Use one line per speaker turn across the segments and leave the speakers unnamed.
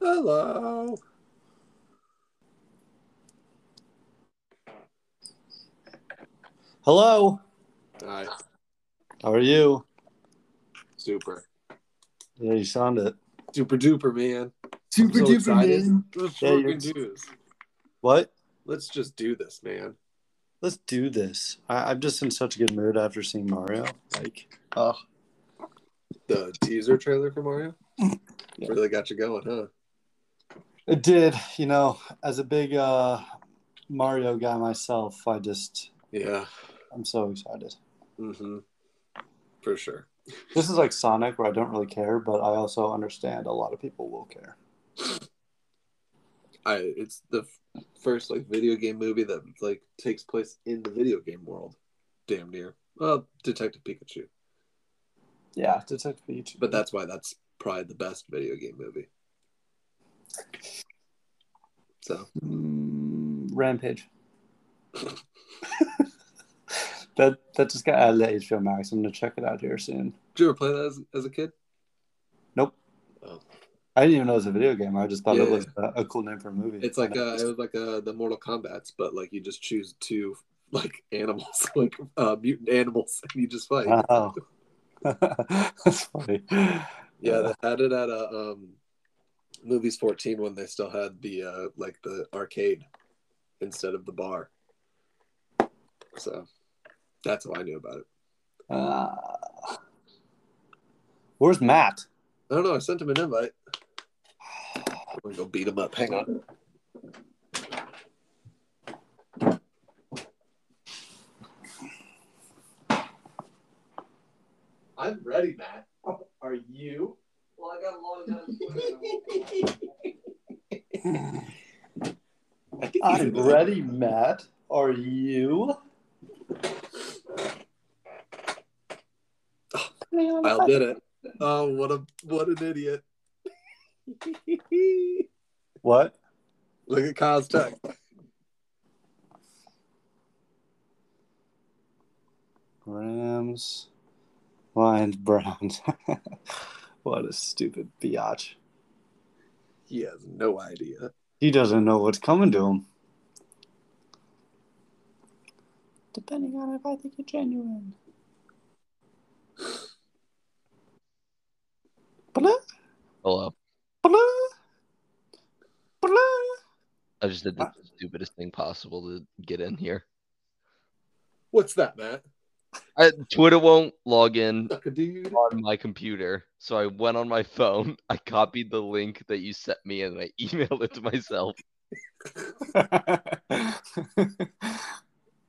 Hello.
Hello.
Hi.
How are you?
Super.
Yeah, you sound it.
Super duper, man.
Super
I'm so
duper,
excited. Let's
Yeah, you're-
fucking do this.
What?
Let's just do this, man.
Let's do this. I, I'm just in such a good mood after seeing Mario. Like, oh,
The teaser trailer for Mario
Yeah.
really got you going, huh?
it did. You know, as a big uh, Mario guy myself, I just
Yeah.
I'm so excited.
Mm-hmm. For sure.
This is like Sonic, where I don't really care, but I also understand a lot of people will care.
I. It's the f- first like video game movie that like takes place in the video game world. Damn near. Well, Detective Pikachu,
Yeah, Detective Pikachu.
but that's why that's probably the best video game movie. So
Mm, Rampage. that that just got added to HBO Max. I'm gonna check it out here soon.
Did you ever play that as, as a kid?
Nope.
Oh.
I didn't even know it was a video game. I just thought it
Yeah.
was a, a cool name for a movie.
It's like uh it was like uh the Mortal Kombat's, but like you just choose two like animals, like uh, mutant animals, and you just fight.
wow. That's funny.
yeah, they had it at uh, um, movies fourteen when they still had the uh, like the arcade instead of the bar. So that's how I knew about it.
Uh, where's Matt?
I don't know. I sent him an invite. I'm gonna go beat him up. Hang on. I'm ready, Matt. Are you?
Well, I got logged out of
I think he's
I'm
in.
ready, Matt. Are you?
Kyle did it. Oh, what a what an idiot!
What?
Look at Kyle's text.
Rams, Lions, Browns. what a stupid biatch.
He has no idea.
He doesn't know what's coming to him. Depending on if I think you're genuine. Blah,
Hello.
blah, blah.
I just did the stupidest thing possible to get in here.
What's that, Matt?
I, Twitter won't log in
Suck a dude.
on my computer, so I went on my phone. I copied the link that you sent me and I emailed it to myself.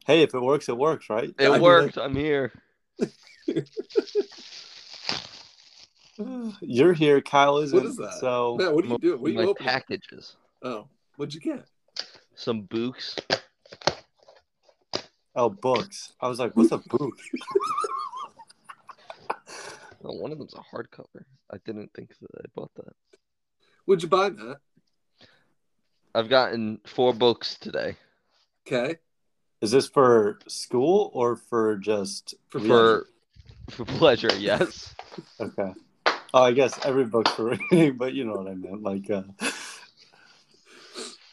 hey, if it works, it works, right?
It
I mean,
worked. I'm here.
You're here, Kyle isn't.
is that?
So
Matt, what are you doing? What are
Oh, My
you opening?
packages.
Oh, what'd you get?
Some books.
oh, books. I was like, what's a book?
Oh, one of them's a hardcover. I didn't think that I bought that.
What'd you buy, Matt?
I've gotten four books today
Okay,
Is this for school or for just
For-
for for pleasure. Yes.
Okay. Oh, I guess every book's for reading, but you know what I meant. Like, uh,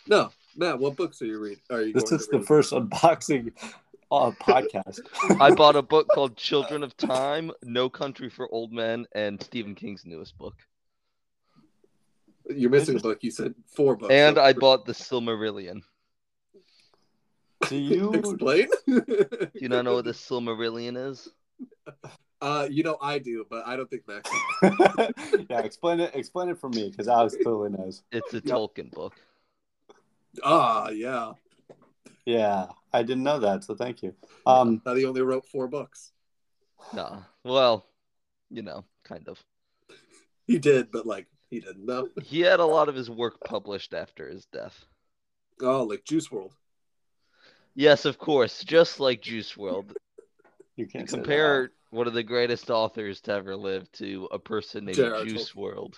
no, Matt. What books are you reading? Are you?
this
going
is
to
the
read?
first unboxing uh, podcast.
I bought a book called Children of Time, No Country for Old Men, and Stephen King's newest book.
You're missing a book. You said four books.
And
So-
I bought The Silmarillion.
Do you?
Explain.
Do you not know what The Silmarillion is?
Uh, you know I do, but I don't think Matt. can.
yeah, explain it. Explain it for me, because Alex clearly knows.
It's a Tolkien book.
Ah, yeah.
Yeah, I didn't know that, so thank you. Um,
Now he only wrote four books.
Nah. Well, you know, kind of.
He did, but like he didn't know.
He had a lot of his work published after his death.
Oh, like Juice World.
Yes, of course, just like Juice World.
you can't say that.
Compare one of the greatest authors to ever live to a person named
J.R.R.
Juice World.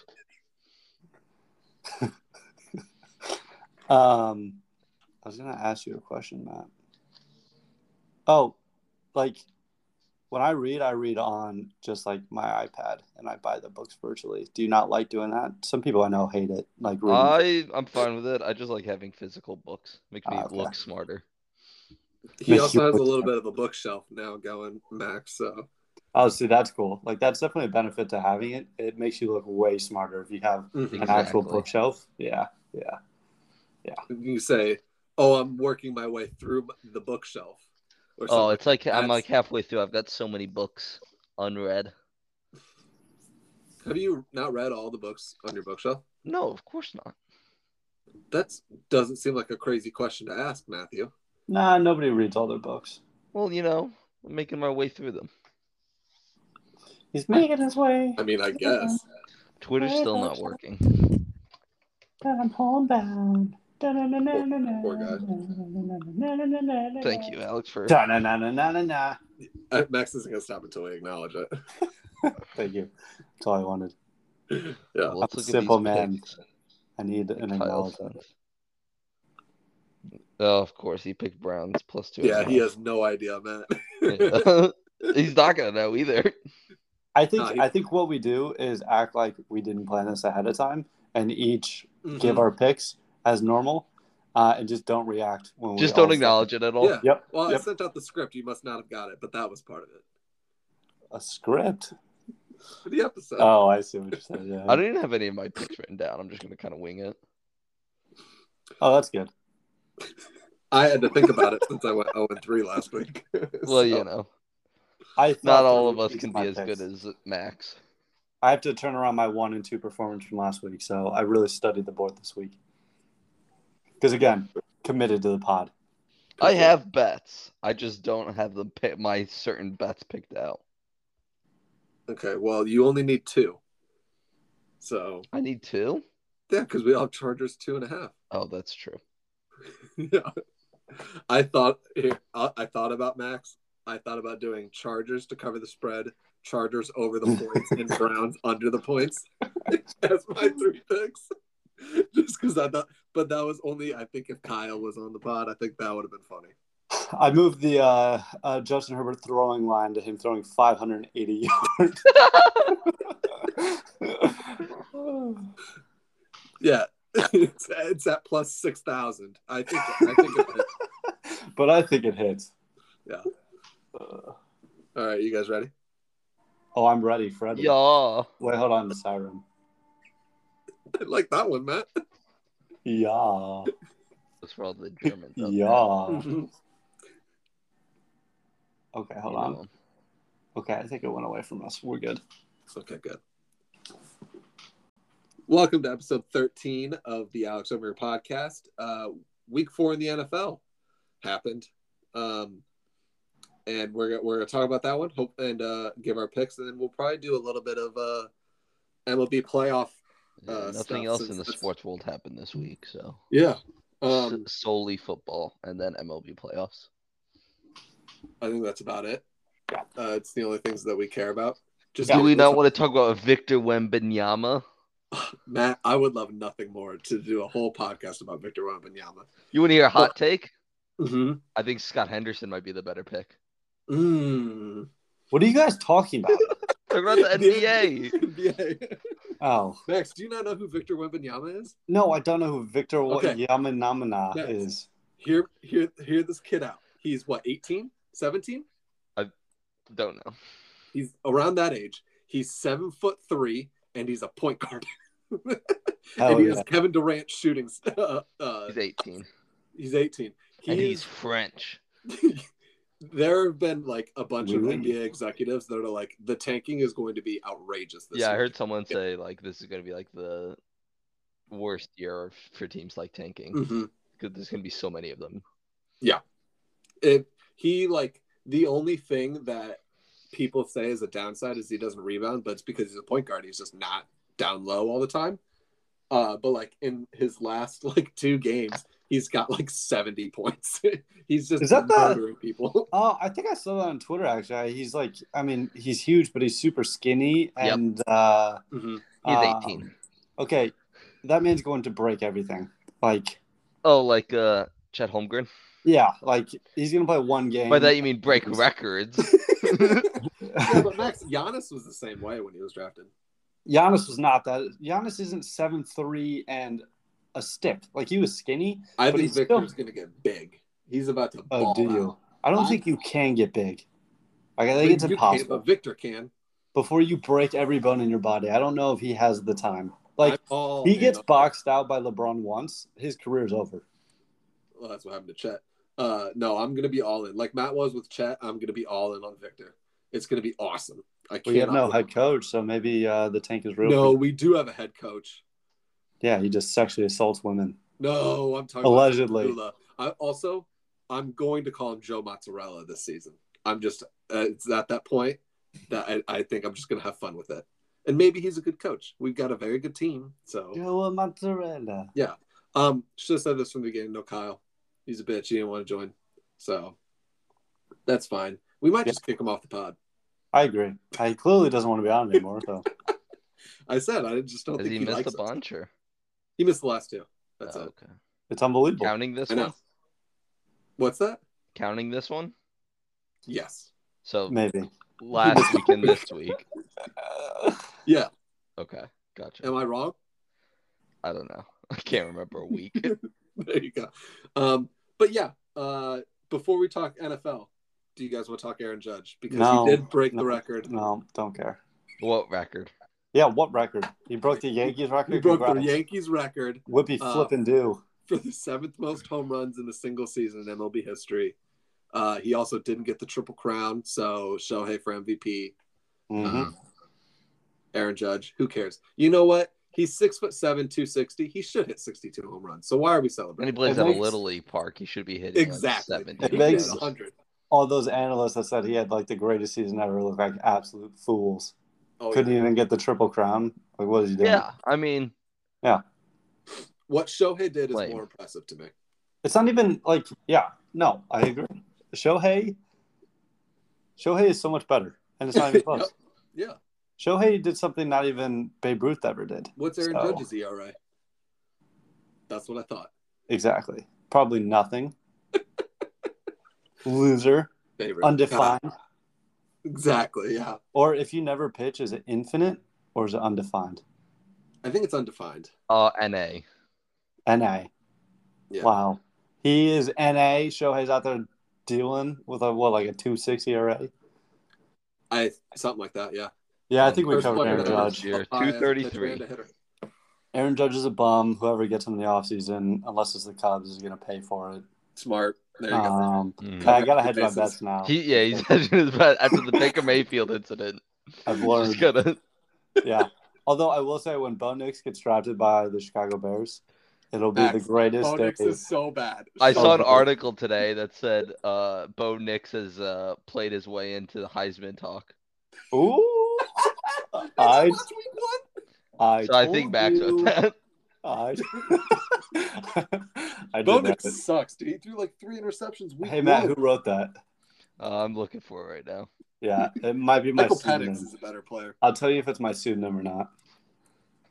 Um, I was gonna ask you a question, Matt. Oh, like, when I read, I read on just like my iPad, and I buy the books virtually. Do you not like doing that? Some people I know hate it. Like reading.
I I'm fine with it. I just like having physical books. Makes me
Ah, okay.
look smarter.
He
Makes
also
you
has a
put-
little bit of a bookshelf now going, Max. So
oh, see, that's cool. Like that's definitely a benefit to having it. It makes you look way smarter if you have
Mm-hmm.
Mhm.
an actual
Exactly.
bookshelf. Yeah, yeah.
you say, "Oh, I'm working my way through the bookshelf." Or
Oh,
something.
it's like I'm
That's-
like halfway through. I've got so many books unread.
Have you not read all the books on your bookshelf?
No, of course not.
That doesn't seem like a crazy question to ask, Matthew.
Nah, nobody reads all their books.
Well, you know, I'm making my way through them.
He's making his way.
I mean, I guess.
Twitter's
Hey,
still not
Rachel.
working.
I'm homebound.
Poor guy.
Thank you, Alex, for
Da-na-na-na-na-na.
Uh, Max isn't gonna stop until we acknowledge it.
Thank you. That's all I wanted.
Yeah.
Let's look at
Simple
these
man.
picks.
I need an
Kyle
acknowledgement.
Smith. Oh, of course, he picked Browns plus two. and a
Yeah,
half.
he has no idea, Matt.
He's not gonna know either.
I think
No, he-
I think what we do is act like we didn't plan this ahead of time, and each
Mhm.
Mm-hmm.
give our picks as normal, uh, and just don't react when we
Just
all
don't
say-
acknowledge it at all.
Yeah.
Yep,
Well, I
Yep.
sent out the script. You must not have got it, but that was part of it.
a script.
For the episode.
Uh,
Oh, I see what you're saying. Yeah.
I don't even have any of my picks written down. I'm just gonna kind of wing it.
Oh, that's good.
I had to think about it since I went 0 and 3 last week.
Well,
So,
you know,
I
not
thought
all
through
of us
each
can
my
be as
picks.
good as Max.
I have to turn around my one and two performance from last week, so I really studied the board this week. Because again, committed to the pod.
I have bets. I just don't have the pi- my certain bets picked out.
Okay, well, you only need two. So,
I need two.
yeah, because we all have Chargers two and a half.
Oh, that's true.
yeah. I thought here, I I thought about Max. I thought about doing Chargers to cover the spread, Chargers over the points, and Browns under the points as my three picks. Just because I thought, but that was only I think if Kyle was on the pod, I think that would have been funny.
I moved the uh, uh, Justin Herbert throwing line to him throwing 580 yards.
Yeah, it's, it's at plus six thousand. I think. I think. It,
but I think it hits.
Yeah.
Uh,
all right, you guys ready?
oh, I'm ready, Fred.
Yeah.
Wait, hold on, siren.
I like that one, Matt.
Yeah.
That's for all the Germans. out there.
Yeah. Okay, hold
You
on.
know.
Okay, I think it went away from us. We're good.
Okay, good. Welcome to episode 13 of the Alex O'Meara podcast. Uh, week four in the NFL happened. Um, and we're, gonna- we're going to talk about that one hope, and uh, give our picks. And then we'll probably do a little bit of uh, MLB playoff.
Yeah,
Uh,
nothing
stuff
else
since
in the
this-
sports world happened this week, so
Yeah.
S-
Um,
solely football and then MLB playoffs.
I think that's about it.
Yeah.
Uh, it's the only things that we care about. Just
Do we not want to talk about Victor Wembanyama?
Matt, I would love nothing more to do a whole podcast about Victor Wembanyama.
You want to hear a hot take?
Mm-hmm.
I think Scott Henderson might be the better pick.
Mm.
What are you guys talking about?
Talk about the NBA.
NBA.
oh.
Max, do you not know who Victor Wembanyama is?
No, I don't know who Victor Wa-
Okay.
Yamanamana
Next.
is.
Hear, hear, hear this kid out. He's what, 18, 17?
Don't know.
He's around that age. He's seven foot three, and he's a point guard.
Hell
and he
Oh, yeah.
has Kevin Durant shooting. Uh, uh,
He's 18
he's 18.
and he's
He's,
French.
there have been like a bunch of
Really?
NBA executives that are like, the tanking is going to be outrageous this
yeah, I
year."
heard someone say like this is gonna be like the worst year for teams like tanking because
Mhm.
there's gonna be so many of them.
If he like the only thing that people say is a downside is he doesn't rebound, but it's because he's a point guard. He's just not down low all the time. Uh, but like in his last like two games, he's got like seventy points. he's just
Is that the-
murdering people.
Oh, I think I saw that on Twitter actually. He's like, I mean, he's huge, but he's super skinny.
Yep.
And uh,
He's
um,
18.
Okay, that man's going to break everything. Like,
Oh, like uh, Chet Holmgren.
yeah, like he's gonna play one game.
By that you mean break
He's-
records.
yeah, but Max Giannis was the same way when he was drafted.
Giannis was not that. Giannis isn't seven three and a stick. Like he was skinny.
I
But
think
he's still-
Victor's gonna get big. He's about to.
Oh,
ball
do you?
out.
I don't
I-
think you can get big. Like I think it's
You can't,
impossible.
but Victor can.
Before you break every bone in your body, I don't know if he has the time. Like
I'm all
he
in
gets
on-
boxed out by LeBron once, his career's over.
Well, that's what happened to Chet. Uh, no, I'm gonna be all in. Like Matt was with Chet, I'm gonna be all in on Victor. It's gonna be awesome. I
We have
cannot
no
wait.
head coach, so maybe uh, the tank is real.
No, we do have a head coach.
Yeah, he just sexually assaults women.
No, I'm talking
Allegedly.
About Lula. I also, I'm going to call him Joe Mozzarella this season. I'm just, uh, it's at that point that I, I think I'm just going to have fun with it. And maybe he's a good coach. We've got a very good team. So,
Joe Mozzarella.
um, should have said this from the beginning. No, Kyle, he's a bitch. He didn't want to join. So, that's fine. We might just kick him off the pod.
I agree. He clearly doesn't want to be on anymore, so
I said I just don't
Has
think
he
he,
missed
likes
a
us.
bunch or?
He missed the last two. That's
Oh,
it.
okay.
it's unbelievable.
Counting this
I know.
one?
What's that?
Counting this one?
Yes.
So
Maybe.
last week and this week.
Yeah.
Okay. Gotcha.
Am I wrong?
I don't know. I can't remember a week.
there you go. Um, but yeah, uh, before we talk NFL, do you guys want to talk Aaron Judge because
No.
he did break
No.
the record?
no, don't care.
what record?
Yeah, what record? He broke the Yankees record.
He broke the
Congrats.
Yankees record
Whoopie
Uh,
flippin' do.
for the seventh most home runs in a single season in MLB history. Uh, he also didn't get the triple crown, so Shohei for MVP. mm-hmm.
Mhm.
Uh,
Aaron Judge, who cares? You know what? He's six foot seven, two sixty. He should hit sixty-two home runs. So why are we
and he
celebrating?
plays
It
at a
makes-
Little League park. He should be hitting
Exactly.
like 70.
He
It makes-
hit 100.
All those analysts that said he had like the greatest season ever look like absolute fools.
Oh, yeah.
Couldn't even get the triple crown. Like, what is he doing?
yeah, I mean,
What Shohei did is
Lame.
more impressive to me.
It's not even like, yeah, no, I agree. Shohei, Shohei is so much better, and it's not even close.
Yep. Yeah.
Shohei did something not even Babe Ruth ever did.
What's Aaron
So-
Judge's ERA? That's what I thought.
Exactly. Probably nothing. Loser,
Favorite.
undefined.
Exactly. Yeah.
Or if you never pitch, is it infinite or is it undefined?
I think it's undefined.
uh, NA.
NA.
Yeah.
Wow. He is NA. Shohei's out there dealing with a what, like a two sixty ERA?
I something like that. Yeah.
Yeah, I think we
First
covered
player
Aaron
to
ever.
Judge.
Year,
Papaya,
233.
pitcher, and a hitter.
Aaron Judge is a bum. Whoever gets him in the offseason, unless it's the Cubs, is going to pay for it.
Smart. There you go.
Um,
Mm.
I got to hedge my
Bases.
bets now.
He, yeah, he's hedging his bet after the Baker Mayfield incident.
I've
He's
learned.
just gonna
yeah. Although I will say, when Bo Nix gets drafted by the Chicago Bears, it'll be
Max,
the greatest day.
Bonix is so bad.
I
So
saw an
bad.
article today that said uh, Bo Nix has uh, played his way into the Heisman talk.
Ooh.
That's
I,
last week one?
I,
so I
told
think back to
you.
that.
I, I did
Bonix
that.
sucks, dude. He threw like three interceptions. Week
Hey, Matt,
one.
who wrote that?
Uh, I'm looking for it right now.
Yeah, it might be my
Michael
pseudonym.
Penix is a better player.
I'll tell you if it's my pseudonym or not.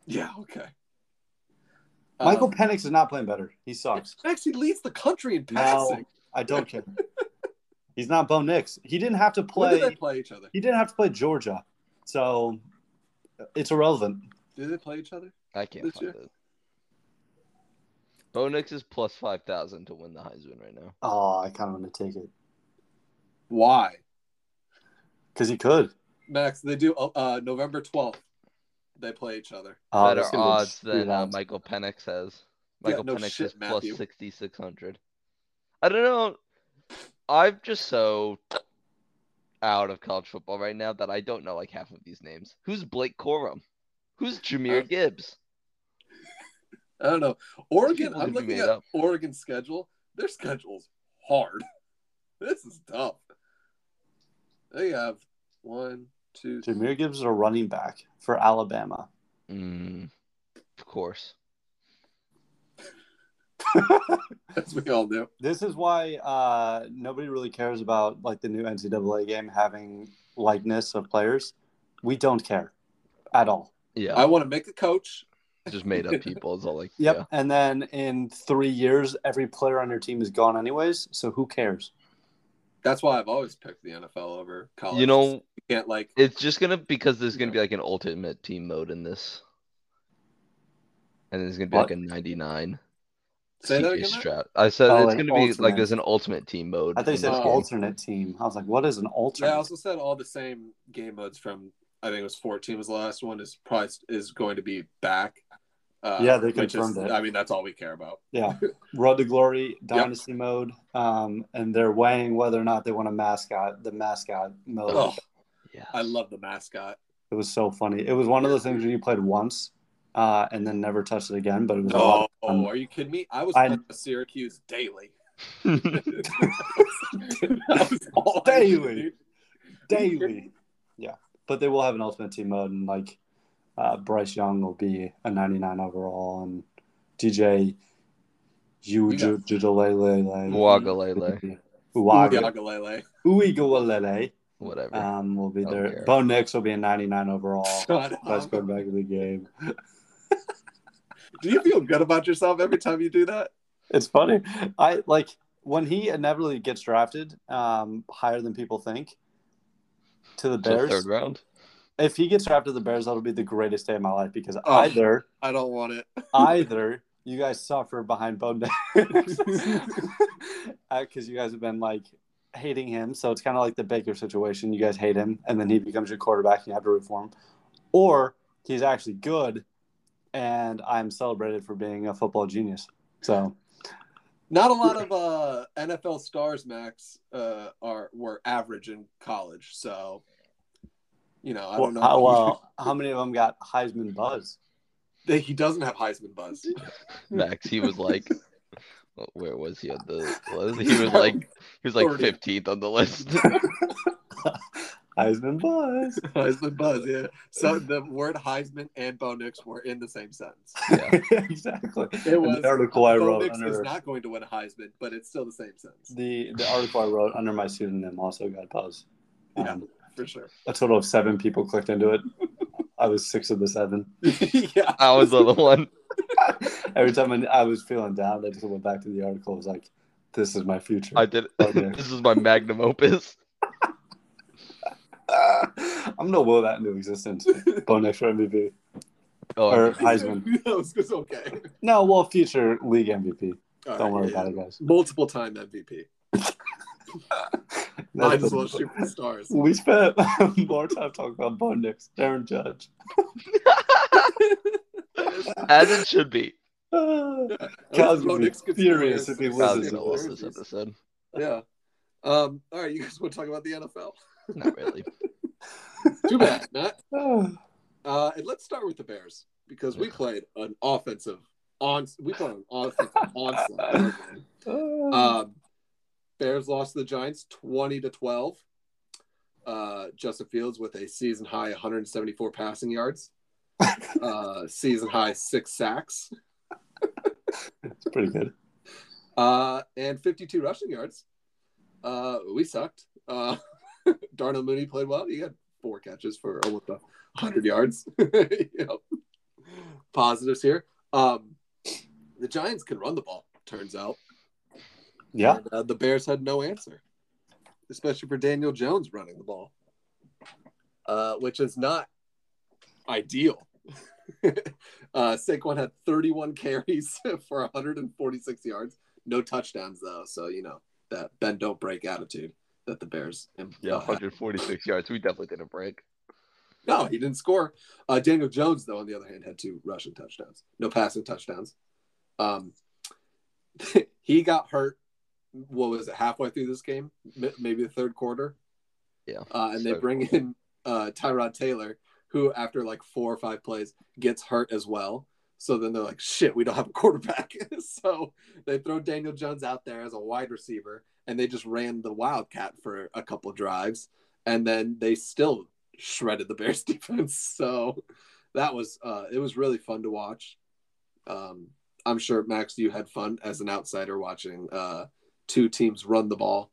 Yeah. Okay.
Michael
Um,
Penix is not playing better. He sucks.
actually leads the country in
No,
passing.
I don't care. He's not Bo Nix. He didn't have to
When
play.
did they play each other?
He didn't have to play Georgia, so it's irrelevant.
Did they play each other?
I can't
This
find it. Bo Nix is plus five thousand to win the Heisman right now.
Oh, I kind of want to take it
Why?
because he could.
Max, they do uh, November 12th. They play each other.
Oh,
Better
that's gonna be a
odds than uh,
shootout.
Michael Penix has.
Yeah,
Michael
no
Penix
shit,
is
Matthew.
plus sixty six hundred. I don't know. I'm just so out of college football right now that I don't know like half of these names. Who's Blake Corum? Who's
Uh,
Jameer Gibbs?
I don't know. Oregon,
people
I'm
did
looking
made
at
up.
Oregon's schedule. Their schedule's hard. This is tough. They have one, two, three.
Jameer Gibbs is a running back for Alabama.
Mm, of course.
As we all do.
This is why uh, nobody really cares about like the new NCAA game having likeness of players. We don't care at all.
Yeah,
I want to make a coach.
just made up people. It's all like,
Yep. And then in three years, every player on your team is gone anyways. So who cares?
That's why I've always picked the NFL over college.
You know,
you can't like
it's just gonna because there's gonna be like an ultimate team mode in this, and there's gonna be
What?
like a 99.
say that
CJ
again. Matt?
Stroud. I said
Oh,
it's
an
gonna be
alternate.
like there's an ultimate team mode.
I thought you
in
said
this
Oh.
game.
alternate team. I was like, what is an alternate?
Yeah, I also said all the same game modes from I think it was 14 was the last one is probably is going to be back. Uh,
Yeah, they
which is-
confirmed it.
I mean, that's all we care about.
yeah. Road to Glory, Dynasty mode. Um, and they're weighing whether or not they want a mascot, the mascot mode.
Oh,
Yes.
I love the mascot.
It was so funny. It was one of those things where you played once uh, and then never touched it again, but it was a
Oh,
lot of fun.
are you kidding me? I was
I-
playing Syracuse daily.
I
That was all I did,
Daily.
dude. Oh.
daily. Yeah, but they will have an ultimate team mode, and like uh, Bryce Young will be a 99 overall, and DJ
got-
Ujujalele
Uwagalele,
Uyagalele.
Uigalele
whatever.
um, will be
Don't
there.
care.
Bo Nix will be a 99 overall,
Shut
best
up.
quarterback of the game.
Do you feel good about yourself every time you do that?
It's funny. I like when he inevitably gets drafted um, higher than people think to the
So
Bears.
third round.
If he gets drafted to the Bears, that'll be the greatest day of my life because
Oh.
either
I don't want it.
either you guys suffer behind Bo Nix because you guys have been like hating him. So it's kind of like the Baker situation. You guys hate him, and then he becomes your quarterback, and you have to root for him. Or he's actually good, and I'm celebrated for being a football genius. So
Not a lot of uh, NFL stars, Max, uh, are were average in college. So, you know, I don't know.
how, well, how many of them got Heisman buzz?
he doesn't have Heisman buzz.
Max, he was like, where was he on the? Was he was like he was like
40.
fifteenth on the list.
Heisman buzz.
Heisman buzz, yeah. So the word Heisman and Bo Nix were in the same sentence.
yeah.
exactly.
It
And
was.
the article I
Bo
wrote
Nix is
under
not going to win a Heisman, but it's still the same sentence
the the article I wrote under my pseudonym also got buzz. Um,
Yeah. for sure.
a total of seven people clicked into it. I was six of the seven.
yeah,
I was the other one.
Every time I, I was feeling down, I just went back to the article. I was like, "This is my future."
I did.
Okay.
this is my magnum opus.
I'm gonna will that into existence. Bonus for MVP
Oh,
or
I-
Heisman.
that was it's okay.
No, well, future league MVP.
All
Don't
right,
worry
yeah.
about it, guys.
Multiple time MVP.
That's
Might as
the-
well shoot for the stars.
We spent more time talking about Bo Nix, Darren Judge.
as it should be.
Ah.
Unless
would
Bo
be
Nix gets
furious
the
if he
Bears.
I
This
was
is
gonna
lose
lose this episode.
Yeah. Um, all right, you guys want to talk about the NFL?
Not really.
Too bad, Matt.
Ah.
Uh, and let's start with the Bears because we played an offensive on. We played an offensive onslaught. didn't we? Um, Bears lost to the Giants twenty to twelve. Uh, Justin Fields with a season high 174 passing yards, uh, season high six sacks,
it's pretty good.
uh, and 52 rushing yards. Uh, we sucked. Uh, Darnell Mooney played well. He had four catches for almost a 100 yards. yep. Positives here. Um, the Giants can run the ball, turns out.
Yeah,
And, uh, the Bears had no answer, especially for Daniel Jones running the ball, uh, which is not ideal. uh, Saquon had 31 carries for 146 yards, no touchdowns though. So you know that bend don't break attitude that the Bears.
Yeah,
uh, had.
146 yards. We definitely didn't break.
no, he didn't score. Uh, Daniel Jones though, on the other hand, had two rushing touchdowns, no passing touchdowns. Um, he got hurt. What was it? Halfway through this game, M- maybe the third quarter.
Yeah,
Uh, and they
third
bring
quarter.
in uh, Tyrod Taylor, who after like four or five plays gets hurt as well. So then they're like, "Shit, we don't have a quarterback." so they throw Daniel Jones out there as a wide receiver, and they just ran the wildcat for a couple drives, and then they still shredded the Bears defense. So that was uh, it was really fun to watch. Um, I'm sure Max, you had fun as an outsider watching uh, two teams run the ball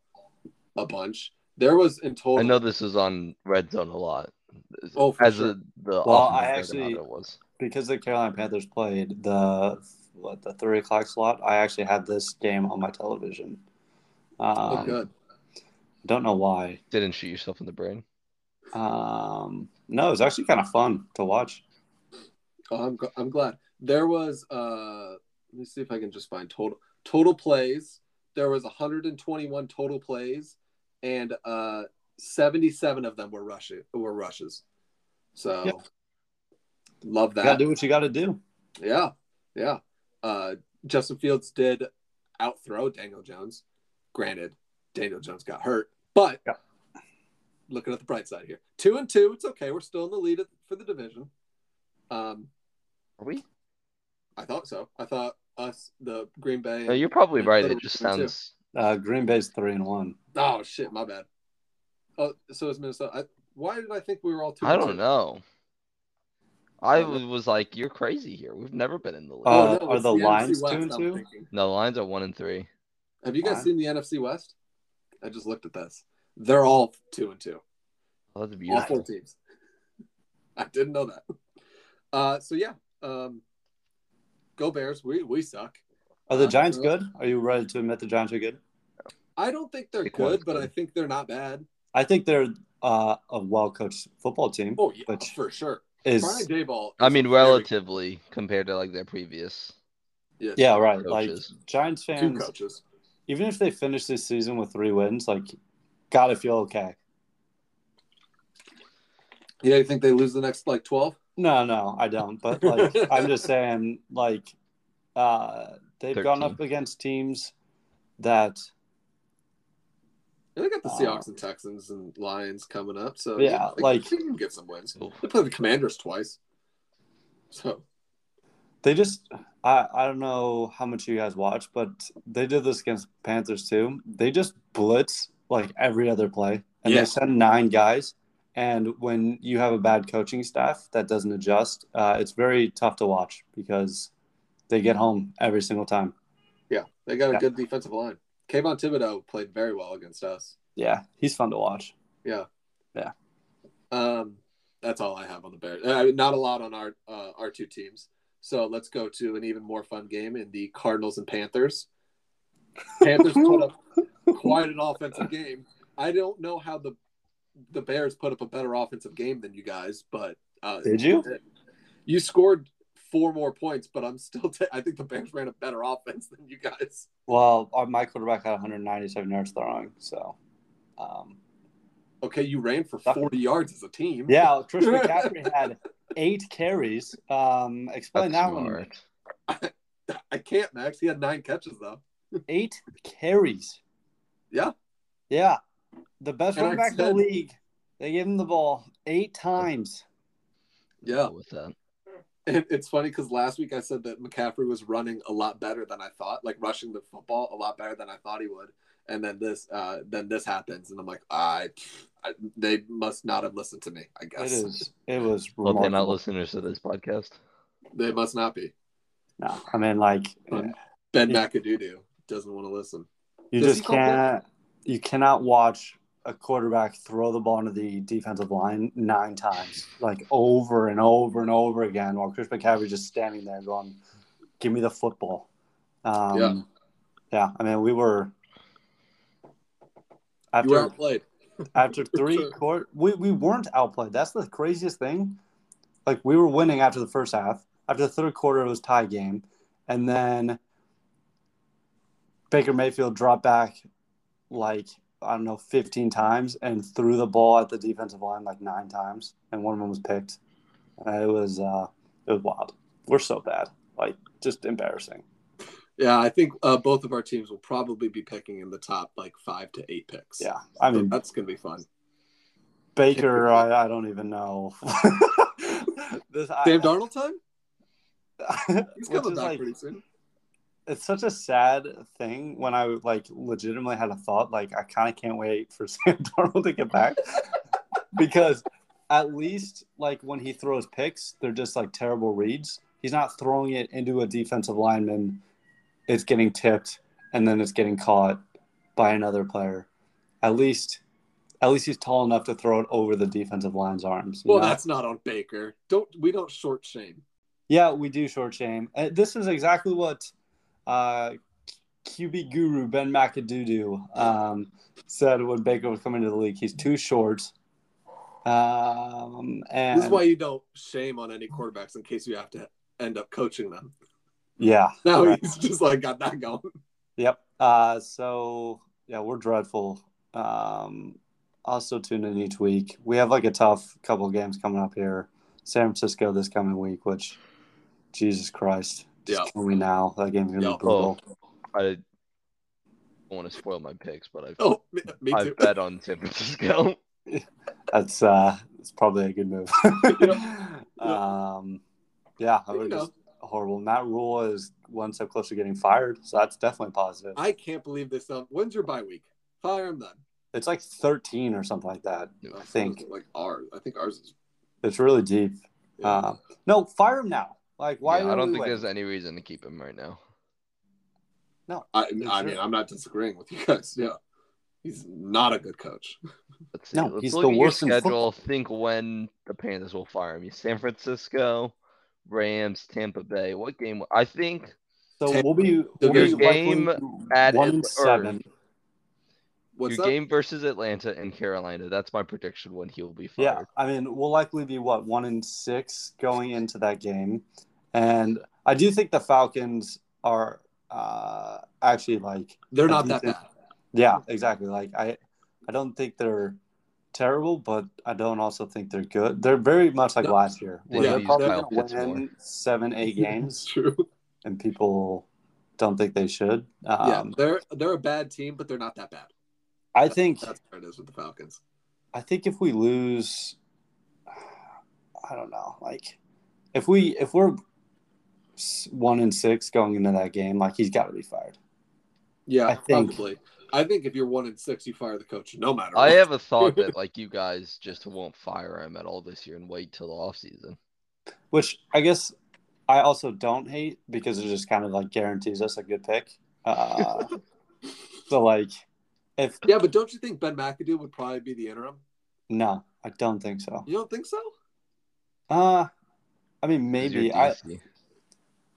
a bunch. There was in total.
I know this is on red zone a lot.
Oh, for
as
sure.
a, the
Well, I
offensive coordinator
actually-
it was.
because the Carolina Panthers played the what the three o'clock slot. I actually had this game on my television. Um,
oh, good.
don't know why.
Didn't shoot yourself in the brain.
Um, no, it was actually kind of fun to watch.
Oh, I'm, gl- I'm glad. There was, uh, let me see if I can just find total total plays. There was 121 total plays, and uh, 77 of them were rushes. Were rushes. So,
Yep.
love
You gotta
that.
do what you gotta do.
Yeah, yeah. Uh, Justin Fields did outthrow Daniel Jones. Granted, Daniel Jones got hurt, but
Yeah.
looking at the bright side here, two and two, it's okay. We're still in the lead for the division. Um,
Are we?
I thought so. I thought us, the Green Bay.
No, you're probably
I
right.
thought
It
it was
just
me too.
sounds.
Uh, Green Bay's three and one.
oh shit, my bad. Oh, so is Minnesota. I, why did I think we were all two?
I
and
don't
two?
Uh,
know. I
don't know.
was like, you're crazy here. We've never been in the league.
Uh, are
it's
the
NFC
Lions
West
two and
I'm
two?
thinking.
no, the Lions are one and three.
Have you guys
Lions.
seen the NFC West? I just looked at this. They're all two and two.
Oh, that's
all
beautiful.
four teams. I didn't know that. Uh, so yeah, um, go Bears. We we suck.
Are the
Uh,
Giants
so-
good? Are you ready to admit the Giants are good?
I don't think they're
Pick
good,
one's
but
good.
I think they're not bad.
I think they're uh, a well coached football team.
Oh yeah,
Which
for sure. Brian
Is
Dayball.
I
is
mean,
a very-
relatively compared to like their previous.
yes,
yeah, right.
Coaches.
Like Giants
two
fans,
coaches.
even if they finish this season with three wins, like gotta feel okay.
Yeah, you think they lose the next like twelve?
No, no, I don't. But like, I'm just saying, like, uh, they've gone
Thirteen.
up against teams that,
Yeah, they got the
Uh,
Seahawks and Texans and Lions coming up. So
Yeah,
they
like-
they can get some wins.
Oof.
They play the Commanders twice. So
they just, I, I don't know how much you guys watch, but they did this against Panthers too. They just blitz like every other play, and
Yeah.
they send nine guys. And when you have a bad coaching staff that doesn't adjust, uh, it's very tough to watch because they get home every single time.
yeah, they got a
Yeah.
good defensive line. Kayvon Thibodeau played very well against us.
Yeah, he's fun to watch.
Um, that's all I have on the Bears. Uh, not a lot on our uh, our two teams. So let's go to an even more fun game in the Cardinals and Panthers. Panthers put up quite an offensive game. I don't know how the the Bears put up a better offensive game than you guys, but uh,
Did you?
you scored four more points. But I'm still. ta- I think the Bears ran a better offense than you guys.
Well, uh, my quarterback had 197 yards throwing, so um,
Okay, you ran for 40 yards as a team.
Uh, yeah, Chris McCaffrey had eight carries. Um, explain
That's
that one.
smart.
I can't, Max. He had nine catches though.
Eight carries.
Yeah.
yeah, the best
And I
running back in the
said-
league. They gave him the ball eight times.
Yeah.
With that.
It, it's funny because last week I said that McCaffrey was running a lot better than I thought, like rushing the football a lot better than I thought he would. And then this, uh, then this happens, and I'm like, I, I they must not have listened to me. I
It
guess
is. It was
Well, they're not
remarkable.
listeners to this podcast.
they must not be.
No, I mean, like
Um, Ben
Yeah.
McAdoo doesn't want to listen.
you
does he
just
call play?
can't. You cannot watch a quarterback throw the ball into the defensive line nine times, like over and over and over again, while Chris McCaffrey just standing there going, "Give me the football." Um,
Yeah.
yeah. I mean, we were
You were
after
outplayed.
after three quarter. We we weren't outplayed. That's the craziest thing. Like we were winning after the first half. After the third quarter, it was tie game, and then Baker Mayfield dropped back like I don't know fifteen times and threw the ball at the defensive line like nine times, and one of them was picked. And it was uh, it was wild. We're so bad, like just embarrassing.
Yeah, I think uh, both of our teams will probably be picking in the top like five to eight picks.
Yeah, I mean
that's gonna be fun.
Baker, I, I don't even know. this, I-
Sam Darnold time? He's
which
coming
is,
back
like,
pretty soon.
it's such a sad thing when I like legitimately had a thought like I kind of can't wait for Sam Darnold to get back because at least like when he throws picks, they're just like terrible reads. He's not throwing it into a defensive lineman. It's getting tipped and then it's getting caught by another player. At least at least he's tall enough to throw it over the defensive line's arms. you
Well,
know?
that's not on Baker. Don't we don't short shame.
Yeah, we do short shame. Uh, this is exactly what uh, QB guru Ben McAdoo um, said when Baker was coming to the league, he's too short. Um, and
This is why you don't shame on any quarterbacks in case you have to end up coaching them.
yeah,
Now
right.
he's just like got that going.
Yep. Uh, so yeah, we're dreadful. Um, also tune in each week. We have like a tough couple games coming up here. San Francisco this coming week, which Jesus Christ, just
Yeah.
kill me now. That game's gonna
Yeah.
be brutal.
Oh. I don't want to spoil my picks, but I've
Oh, me, me
I
too.
bet on San Francisco.
That's uh, that's probably a good move. Um, yeah, I
You
would
know.
just horrible. Matt Rule is one step closer to getting fired, so that's definitely positive.
I can't believe this. Um, when's your bye week? Fire him then. Oh,
it's like 13 or something like that.
No,
I think
like ours. I think ours is.
it's really deep.
yeah.
Um, no, fire him now. Like, why?
Yeah,
would
I don't
we
think
wait?
there's any reason to keep him right now.
I, I
sure.
mean, I'm not disagreeing with you guys. Yeah, he's not a good coach.
Let's see.
No,
Let's
he's
look
the
at your
worst in
schedule. Think when the Panthers will fire me. San Francisco, Rams, Tampa Bay. What game? I think
So we'll be we'll
there's
be likely
game at
one
Atl-
and
or
seven.
What's
your
up?
game versus Atlanta and Carolina. That's my prediction when he will be fired.
Yeah, I mean, we'll likely be what one and six going into that game, and I do think the Falcons are uh, actually like
They're not that bad.
Yeah, exactly. Like I, I don't think they're terrible, but I don't also think they're good. They're very much like
No.
last year. Where
Yeah,
they're
you-
probably
Kyle
gonna
Pitts
win
more.
seven,
It's
eight games,
true.
and people don't think they should.
yeah,
Um,
they're they're a bad team, but they're not that bad.
I think.
that's where it is with the Falcons.
I think if we lose, I don't know. Like if we if we're s- one and six going into that game, like he's got to be fired.
Yeah,
I think-
probably. I think if you're one and six, you fire the coach, no matter.
I
what.
have a thought that like you guys just won't fire him at all this year and wait till the offseason.
Which I guess I also don't hate because it just kind of like guarantees us a good pick. Uh, so like, if
Yeah, but don't you think Ben McAdoo would probably be the interim?
no, I don't think so.
You don't think so?
Uh, I mean
'Cause
maybe
you're
I
DC.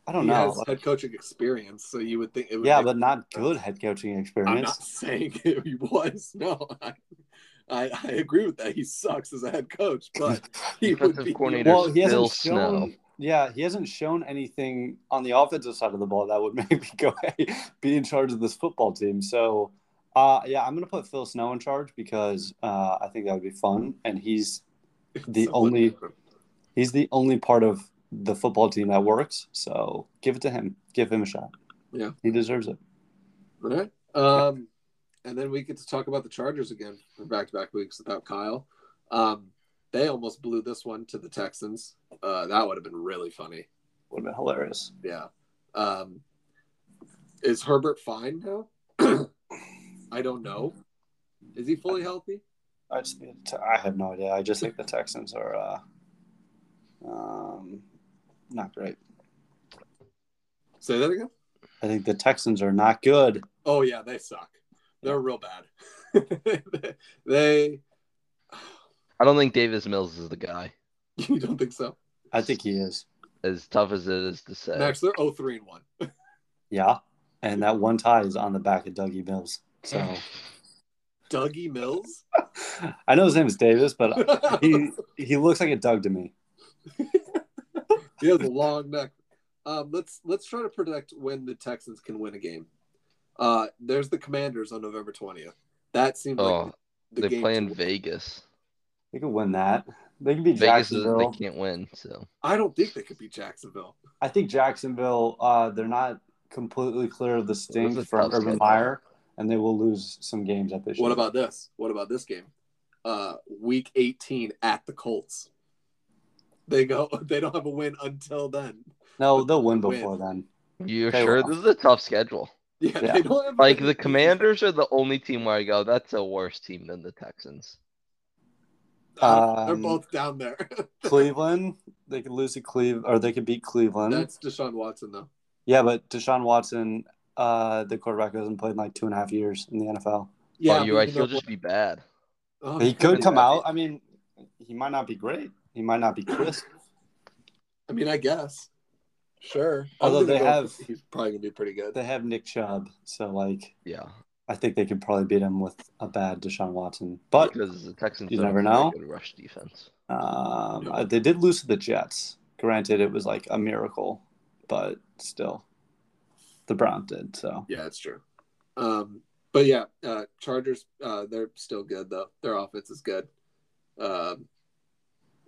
I don't
he
know.
has
Like,
head coaching experience, so you would think it would.
yeah,
make-
but not good head coaching
I'm
experience.
not saying he was. No, I, I I agree with that. He sucks as a head coach, but he would
Defensive
be
coordinator.
well, he hasn't
still
shown.
snow.
Yeah, he hasn't shown anything on the offensive side of the ball that would make me go hey, be in charge of this football team. So, uh, yeah, I'm gonna put Phil Snow in charge because uh, I think that would be fun, and he's the
Someone-
only he's the only part of the football team that works. So, give it to him. Give him a shot.
Yeah.
he deserves it.
All right. Um, and then we get to talk about the Chargers again for back to back weeks without Kyle. Um, they almost blew this one to the Texans. Uh, that would have been really funny.
Would have been hilarious.
Yeah. Um, is Herbert fine now? I don't know. Is he fully healthy?
I just I have no idea. I just think the Texans are uh, um, not great.
Say that again.
I think the Texans are not good.
Oh yeah, they suck. They're real bad. they.
I don't think Davis Mills is the guy.
You don't think so?
I think he is.
As tough as it is to say.
Max, they're 0 3 and 1.
Yeah. And that one tie is on the back of Dougie Mills. So
Dougie Mills?
I know his name is Davis, but he he looks like a Doug to me.
He has a long neck. Um, let's let's try to predict when the Texans can win a game. Uh, there's the Commanders on November twentieth. That seems like
Oh,
the
they're
game.
playing
to-
Vegas.
They could win that. They could be
Vegas is they
Jacksonville.
can't win, so
I don't think they could beat Jacksonville.
I think Jacksonville, uh, they're not completely clear of the
This
sting
is
from
tough
Urban
schedule.
Meyer, and they will lose some games at this
What about this? What about this game? Uh, week eighteen at the Colts. They go. They don't have a win until then.
No, they'll win
Win.
before then.
you're
They
sure
will.
this is a tough schedule.
Yeah,
Yeah.
they don't have
Like the Commanders are the only team where I go, that's a worse team than the Texans.
Uh, they're
Um,
both down there.
Cleveland, they could lose to Cleveland, or they could beat Cleveland.
That's Deshaun Watson though.
Yeah, but Deshaun Watson, uh, the quarterback hasn't played in like two and a half years in the NFL.
oh, you're
but
right.
you know
He'll
oh,
just be bad.
what?
He could come
Yeah.
out. I mean, he might not be great. He might not be crisp.
I mean, I guess. Sure.
Although
I'm gonna
they
go-
have-
he's probably gonna be pretty good.
They have Nick Chubb, so like
Yeah,
I think they could probably beat him with a bad Deshaun Watson. But
because the Texans
you
don't
never
have a
know.
good rush defense.
um,
Yeah.
they did lose to the Jets. Granted, it was like a miracle, but still, the Browns did. So
Yeah, that's true. Um, but yeah, uh, Chargers. Uh, they're still good though. Their offense is good. Um,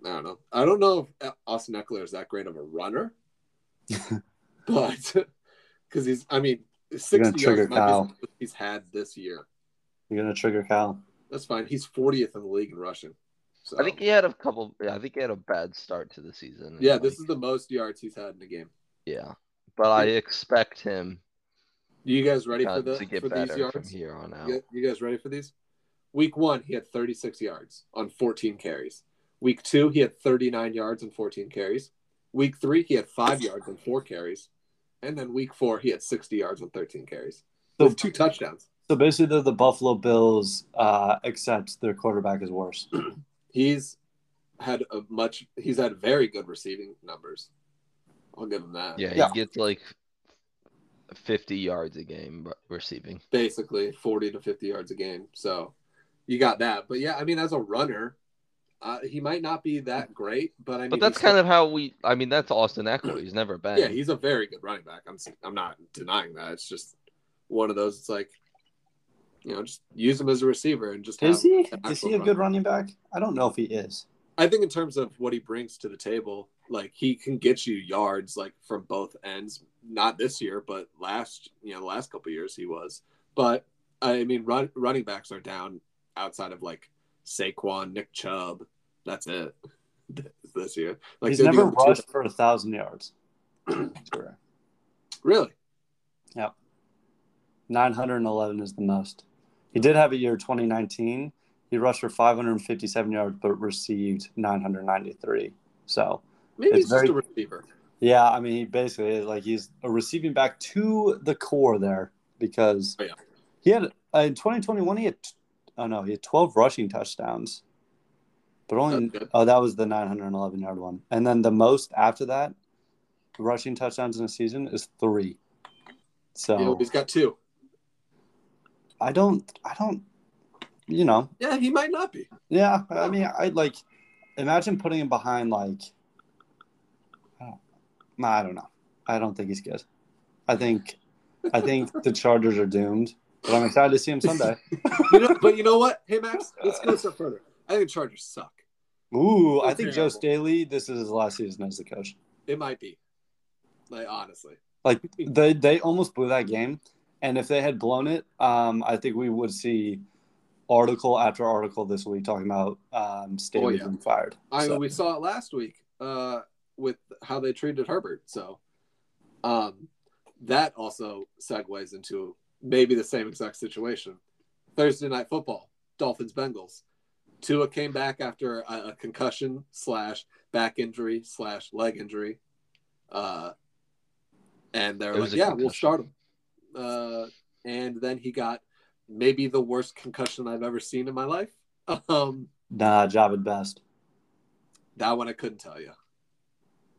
I don't know. I don't know if uh, Austin Eckler is that great of a runner, but because he's, I mean,
gonna
sixty
trigger
yards might be
Kyle.
something he's had this year.
you're gonna trigger Cal.
That's fine. He's fortieth in the league in rushing. So
I think he Mm-hmm. had a couple. yeah, I think he had a bad start to the season. and,
yeah, this
like,
is the most yards he's had in a game.
yeah. But I expect him
You guys ready for
uh,
the
to get
for these
better from
yards?
here on out.
You, you guys ready for these? Week one, he had 36 yards on 14 carries. Week two, he had 39 yards and 14 carries. Week three, he had five yards and four carries. And then week four, he had 60 yards and 13 carries.
So-
With two touchdowns.
So basically, they're the Buffalo Bills, uh, except their quarterback is worse.
He's had a much, he's had very good receiving numbers. I'll give him that.
Yeah, he
Yeah.
gets like 50 yards a game re- receiving.
Basically 40 to 50 yards a game. So you got that. But yeah, I mean, as a runner, uh, he might not be that great, but I mean,
But that's
he's still-
kind of how we. I mean, that's Austin Eckler. He's never been.
Yeah, he's a very good running back. I'm I'm not denying that. It's just one of those. It's like, you know, just use him as a receiver and just have.
Is he?
an
Is
actual
he a good running back? I don't know if he is.
I think in terms of what he brings to the table, like he can get you yards like from both ends. Not this year, but last you know the last couple years he was. But I mean, run, running backs are down outside of like Saquon, Nick Chubb. That's it this year. Like
He's
they're the
never
only two-
rushed for a thousand yards.
Really?
911 is the most. He did have a year 2019. He rushed for 557 yards, but received 993. So,
Maybe
It's
he's just
very-
a receiver.
yeah, I mean, he basically is like he's a receiving back to the core there because
Oh, yeah.
he had uh, in 2021 he had oh no he had 12 rushing touchdowns, but only
That's good.
oh that was the 911 yard one, and then the most after that rushing touchdowns in a season is three. So
You know, he's got two.
I don't, I don't, you know,
Yeah, he might not be.
yeah. I mean, I like imagine putting him behind like, I don't, nah, I don't know. I don't think he's good. I think, I think the Chargers are doomed. But I'm excited to see him Sunday.
you know, but you know what? Hey, Max, let's go a step further. I think Chargers suck.
Ooh, I think Joe
Terrible.
Staley. This is his last season as the coach.
It might be. Like, honestly.
Like they, they almost blew that game, and if they had blown it, um, I think we would see article after article this week talking about um, Staley
Oh, yeah.
being fired.
I
So-
mean, we saw it last week uh, with how they treated Herbert. So um, that also segues into maybe the same exact situation. Thursday night football, Dolphins Bengals. Tua came back after a, a concussion slash back injury slash leg injury, uh, and they're
It was
like,
a
"Yeah, we'll
concussion.
start him." Uh, and then he got maybe the worst concussion I've ever seen in my life. Um,
Nah, job at best.
that one I couldn't tell you.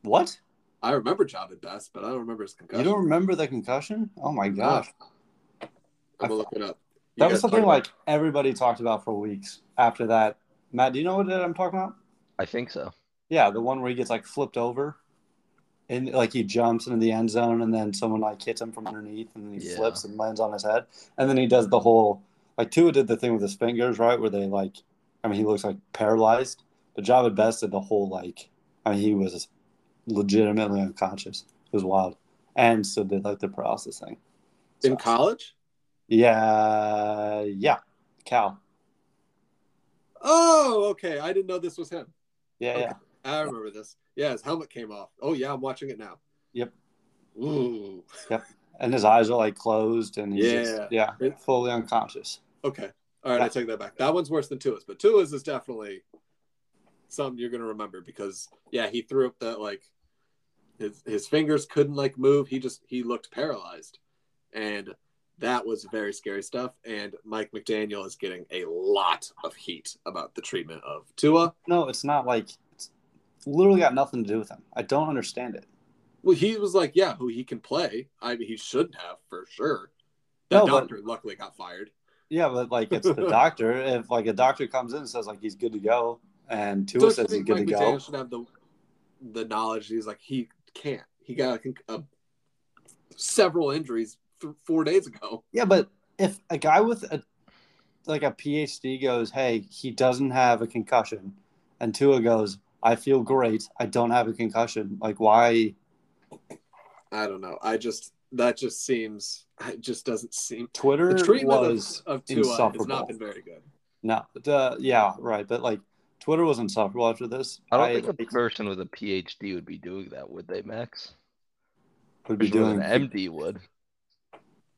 What?
I remember John at best, but I don't remember his concussion.
You don't remember the concussion? Oh my gosh.
I'm gonna look it up. You
that
guys
was something
talk
like everybody talked about for weeks after that. Matt, do you know what I'm talking about?
I think so.
Yeah, the one where he gets like flipped over and like he jumps into the end zone and then someone like hits him from underneath and then he
Yeah.
flips and lands on his head. And then he does the whole like Tua did the thing with his fingers, right? Where they like I mean he looks like paralyzed. But Job at best did the whole like I mean he was legitimately unconscious. It was wild. And so did like the paralysis thing.
about- in college.
Yeah, yeah, Cal.
Oh, okay. I didn't know this was him.
Yeah,
Okay.
yeah.
I remember this. Yeah, his helmet came off. Oh yeah, I'm watching it now.
Yep.
Ooh.
And his eyes are like closed, and he's
Yeah.
just, yeah,
It-
fully unconscious.
Okay. All right, I take that back. That one's worse than Tua's, but Tua's is definitely something you're gonna remember because yeah, he threw up that like his his fingers couldn't like move. He just he looked paralyzed, and that was very scary stuff. And Mike McDaniel is getting a lot of heat about the treatment of Tua.
No, it's not like it's literally got nothing to do with him. I don't understand it.
Well, he was like, yeah, who he can play. I mean, he should have for sure. The
No, but-
doctor luckily got fired.
Yeah, but like it's the doctor. If like a doctor comes in and says like he's good to go, and Tua
Don't you
says he's
think
good
Mike
to
McDaniel
go,
should have the the knowledge? that He's like he can't. He got I think, uh, several injuries th- four days ago.
yeah. But if a guy with a like a PhD goes, hey, he doesn't have a concussion, and Tua goes, I feel great. I don't have a concussion. Like why?
I don't know. I just that just seems it just doesn't seem
Twitter
the treatment
was
of, of Tua has
insufferable.
not been very good.
no, the, yeah, right. But like Twitter was insufferable after this.
I don't think a
like,
person with a PhD would be doing that, would they, Max?
would be
Person
doing.
with an MD would.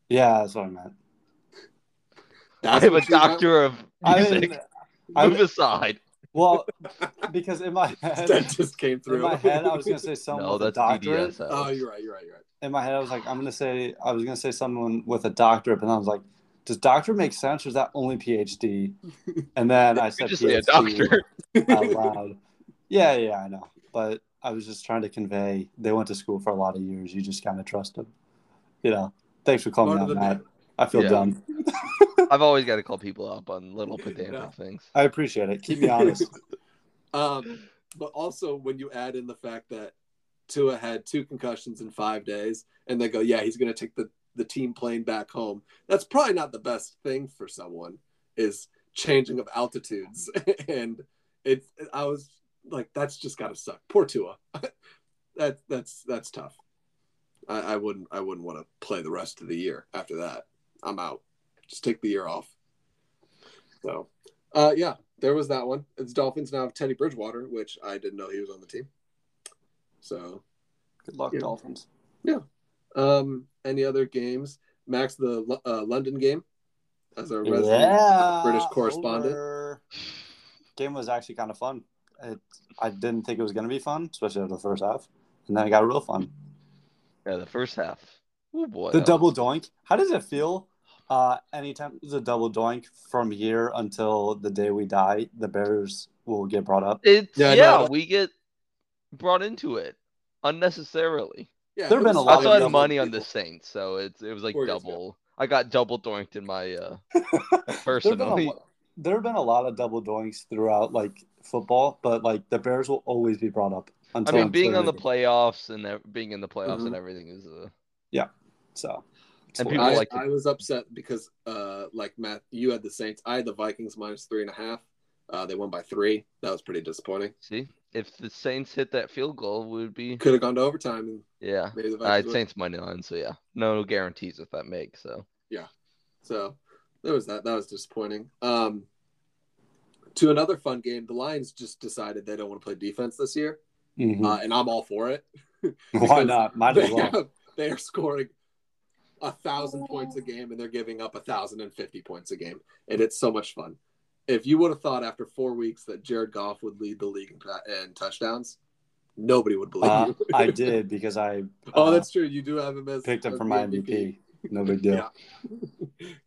Yeah, that's what I meant.
I am a doctor of
I
music.
mean, I
Move
mean,
aside.
well, because in my head,
that just came through
in my head, I was gonna say someone
No,
with a
that's
doctorate.
DDS.
oh, you're right. You're right. You're right.
In my head, I was like, I'm gonna say, I was gonna say someone with a doctorate, but then I was like, does doctor make sense, or is that only PhD? And then I
You
said
just say a
PhD
doctor.
out loud. Yeah, yeah, I know, but I was just trying to convey they went to school for a lot of years. You just kind of trust them, you know. Thanks for calling me
Smarter than
out, Matt.
me.
I feel
Yeah.
dumb.
I've always got to call people up on little pedantic
Yeah.
things.
I appreciate it. Keep me honest.
Um, but also when you add in the fact that Tua had two concussions in five days, and they go, yeah, he's going to take the the team plane back home. That's probably not the best thing for someone is changing of altitudes, and it. I was like, that's just got to suck. Poor Tua. that that's that's tough. I, I wouldn't I wouldn't want to play the rest of the year after that. I'm out. Just take the year off. So, uh, yeah, there was that one. It's Dolphins now have Teddy Bridgewater, which I didn't know he was on the team. So,
Good luck,
Yeah.
Dolphins.
um, any other games? Max, the L- uh, London game as our resident
Yeah,
British correspondent.
over. Game was actually kind of fun. It, I didn't think it was going to be fun, especially after the first half, and then it got real fun.
Yeah, the first half. Oh boy.
the
that
double
was-
doink. How does it feel? Uh, anytime there's a double doink from here until the day we die, the Bears will get brought up.
It's
Yeah,
yeah,
I know.
we get brought into it unnecessarily.
Yeah,
There've
it was
been a lot
I
of
solid
also had
double
money on the
people.
Saints, so it's it was like
Four years ago.
double. I got double doinked in my uh
There've been a
personally.
lo- there have been a lot of double doinks throughout like football, but like the Bears will always be brought up.
I
Until
mean, being on the
eternity.
playoffs and ev- being in the playoffs and
Mhm.
everything is uh,
so
And
so-
people
I,
like to-
I was upset because, uh, like Matt, you had the Saints. I had the Vikings minus three and a half. Uh, they won by three. That was pretty disappointing.
see if the Saints hit that field goal, we would be
Could have gone to overtime. And
yeah.
maybe the Vikings
I had
would've-
Saints money line, so yeah, no guarantees if that makes. So
So there was that. That was disappointing. Um, to another fun game, the Lions just decided they don't want to play defense this year,
mhm.
uh, and I'm all for it.
why
because
not? Might
They,
as well.
have- they are scoring a thousand points a game, and they're giving up a thousand and fifty points a game, and it's so much fun. If you would have thought after four weeks that Jared Goff would lead the league in, ta- in touchdowns, nobody would believe
Uh,
you.
I did because I
oh,
uh,
that's true. You do have him as
picked him
as
for
the
my MVP. No big deal.
Yeah.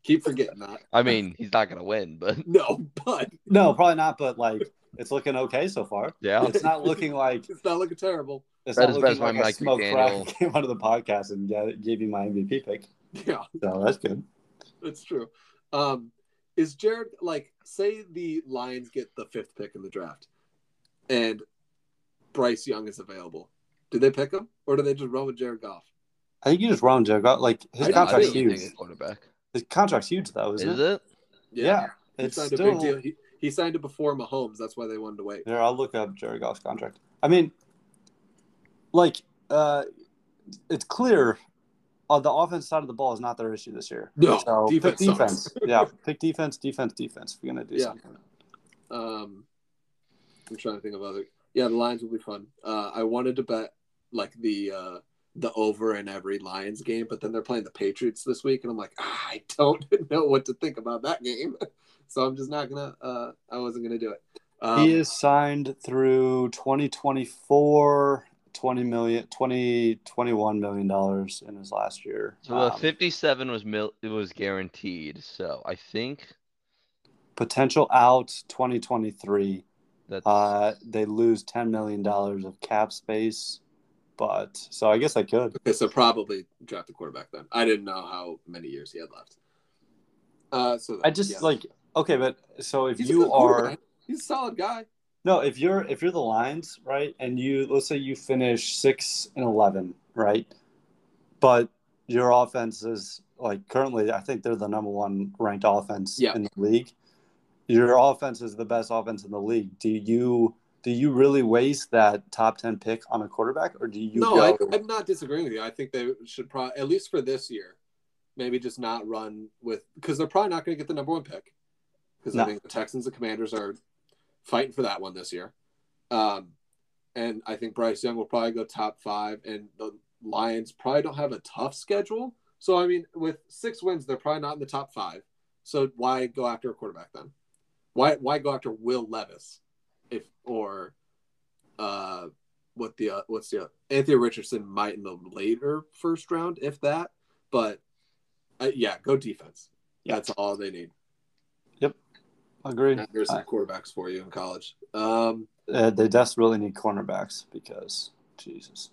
Keep forgetting that.
I mean, he's not gonna win, but
No, but
No, probably not. But like, it's looking okay so far.
yeah,
It's not looking like
it's not looking terrible.
it's
That
not
is
looking
best when
like I
Mike
smoked
McDaniel-
crack came onto the podcast and got, gave you my MVP pick.
Yeah,
So that's good.
that's true. Um, is Jared like say the Lions get the fifth pick in the draft, and Bryce Young is available? Do they pick him, or do they just run with Jared Goff?
I think you just wrong, Joe. Got like
I
his
do
Yeah, I
contract's
think
too.
he's a
huge.
good quarterback.
His contract's huge though,
Is
isn't
it?
it? Yeah,
he
it's
signed
still.
a big deal. He, he signed it before Mahomes. That's why they wanted to wait.
Here, I'll look up Jared Goff's contract. I mean, like, uh, it's clear on the offense side of the ball is not their issue this year.
No,
so
Oh, defense
pick
sucks.
defense. yeah, pick defense, defense, defense. If you're gonna do
Yeah.
something.
Um, I'm trying to think of other. Yeah, the Lions will be fun. Uh, I wanted to bet like the uh, the over in every Lions game, but then they're playing the Patriots this week, and I'm like, "Ah, I don't know what to think about that game, so I'm just not gonna. Uh, I wasn't gonna do it. Um,
he is signed through 2024 20 million 20 21 million dollars in his last year
So uh,
Um,
57 was mil- it was guaranteed. So I think
potential out 2023
that's
uh they lose 10 million dollars of cap space But so I guess I could.
Okay, so probably draft a quarterback then. I didn't know how many years he had left. Uh, so
I just
yeah.
like okay, but so if
He's a good
you are
quarterback. he's a solid guy.
No, if you're if you're the Lions, right, and you let's say you finish six and eleven, right, but your offense is like currently, I think they're the number one ranked offense
Yeah.
in the league. Your offense is the best offense in the league. Do you do you really waste that top ten pick on a quarterback, or do you
no,
go?
I, I'm not disagreeing with you. I think they should probably, at least for this year, maybe just not run with because they're probably not going to get the number one pick because
No.
I think the Texans and Commanders are fighting for that one this year. Um, and I think Bryce Young will probably go top five, and the Lions probably don't have a tough schedule. So I mean, with six wins, they're probably not in the top five. So why go after a quarterback then? Why why go after Will Levis if or uh what the uh, what's the uh, Anthony Richardson might in the later first round if that, but uh, yeah, go defense.
Yeah.
That's all they need.
Agreed.
There's some
Uh,
quarterbacks for you in college. Um,
Uh, they desperately need cornerbacks because Jesus.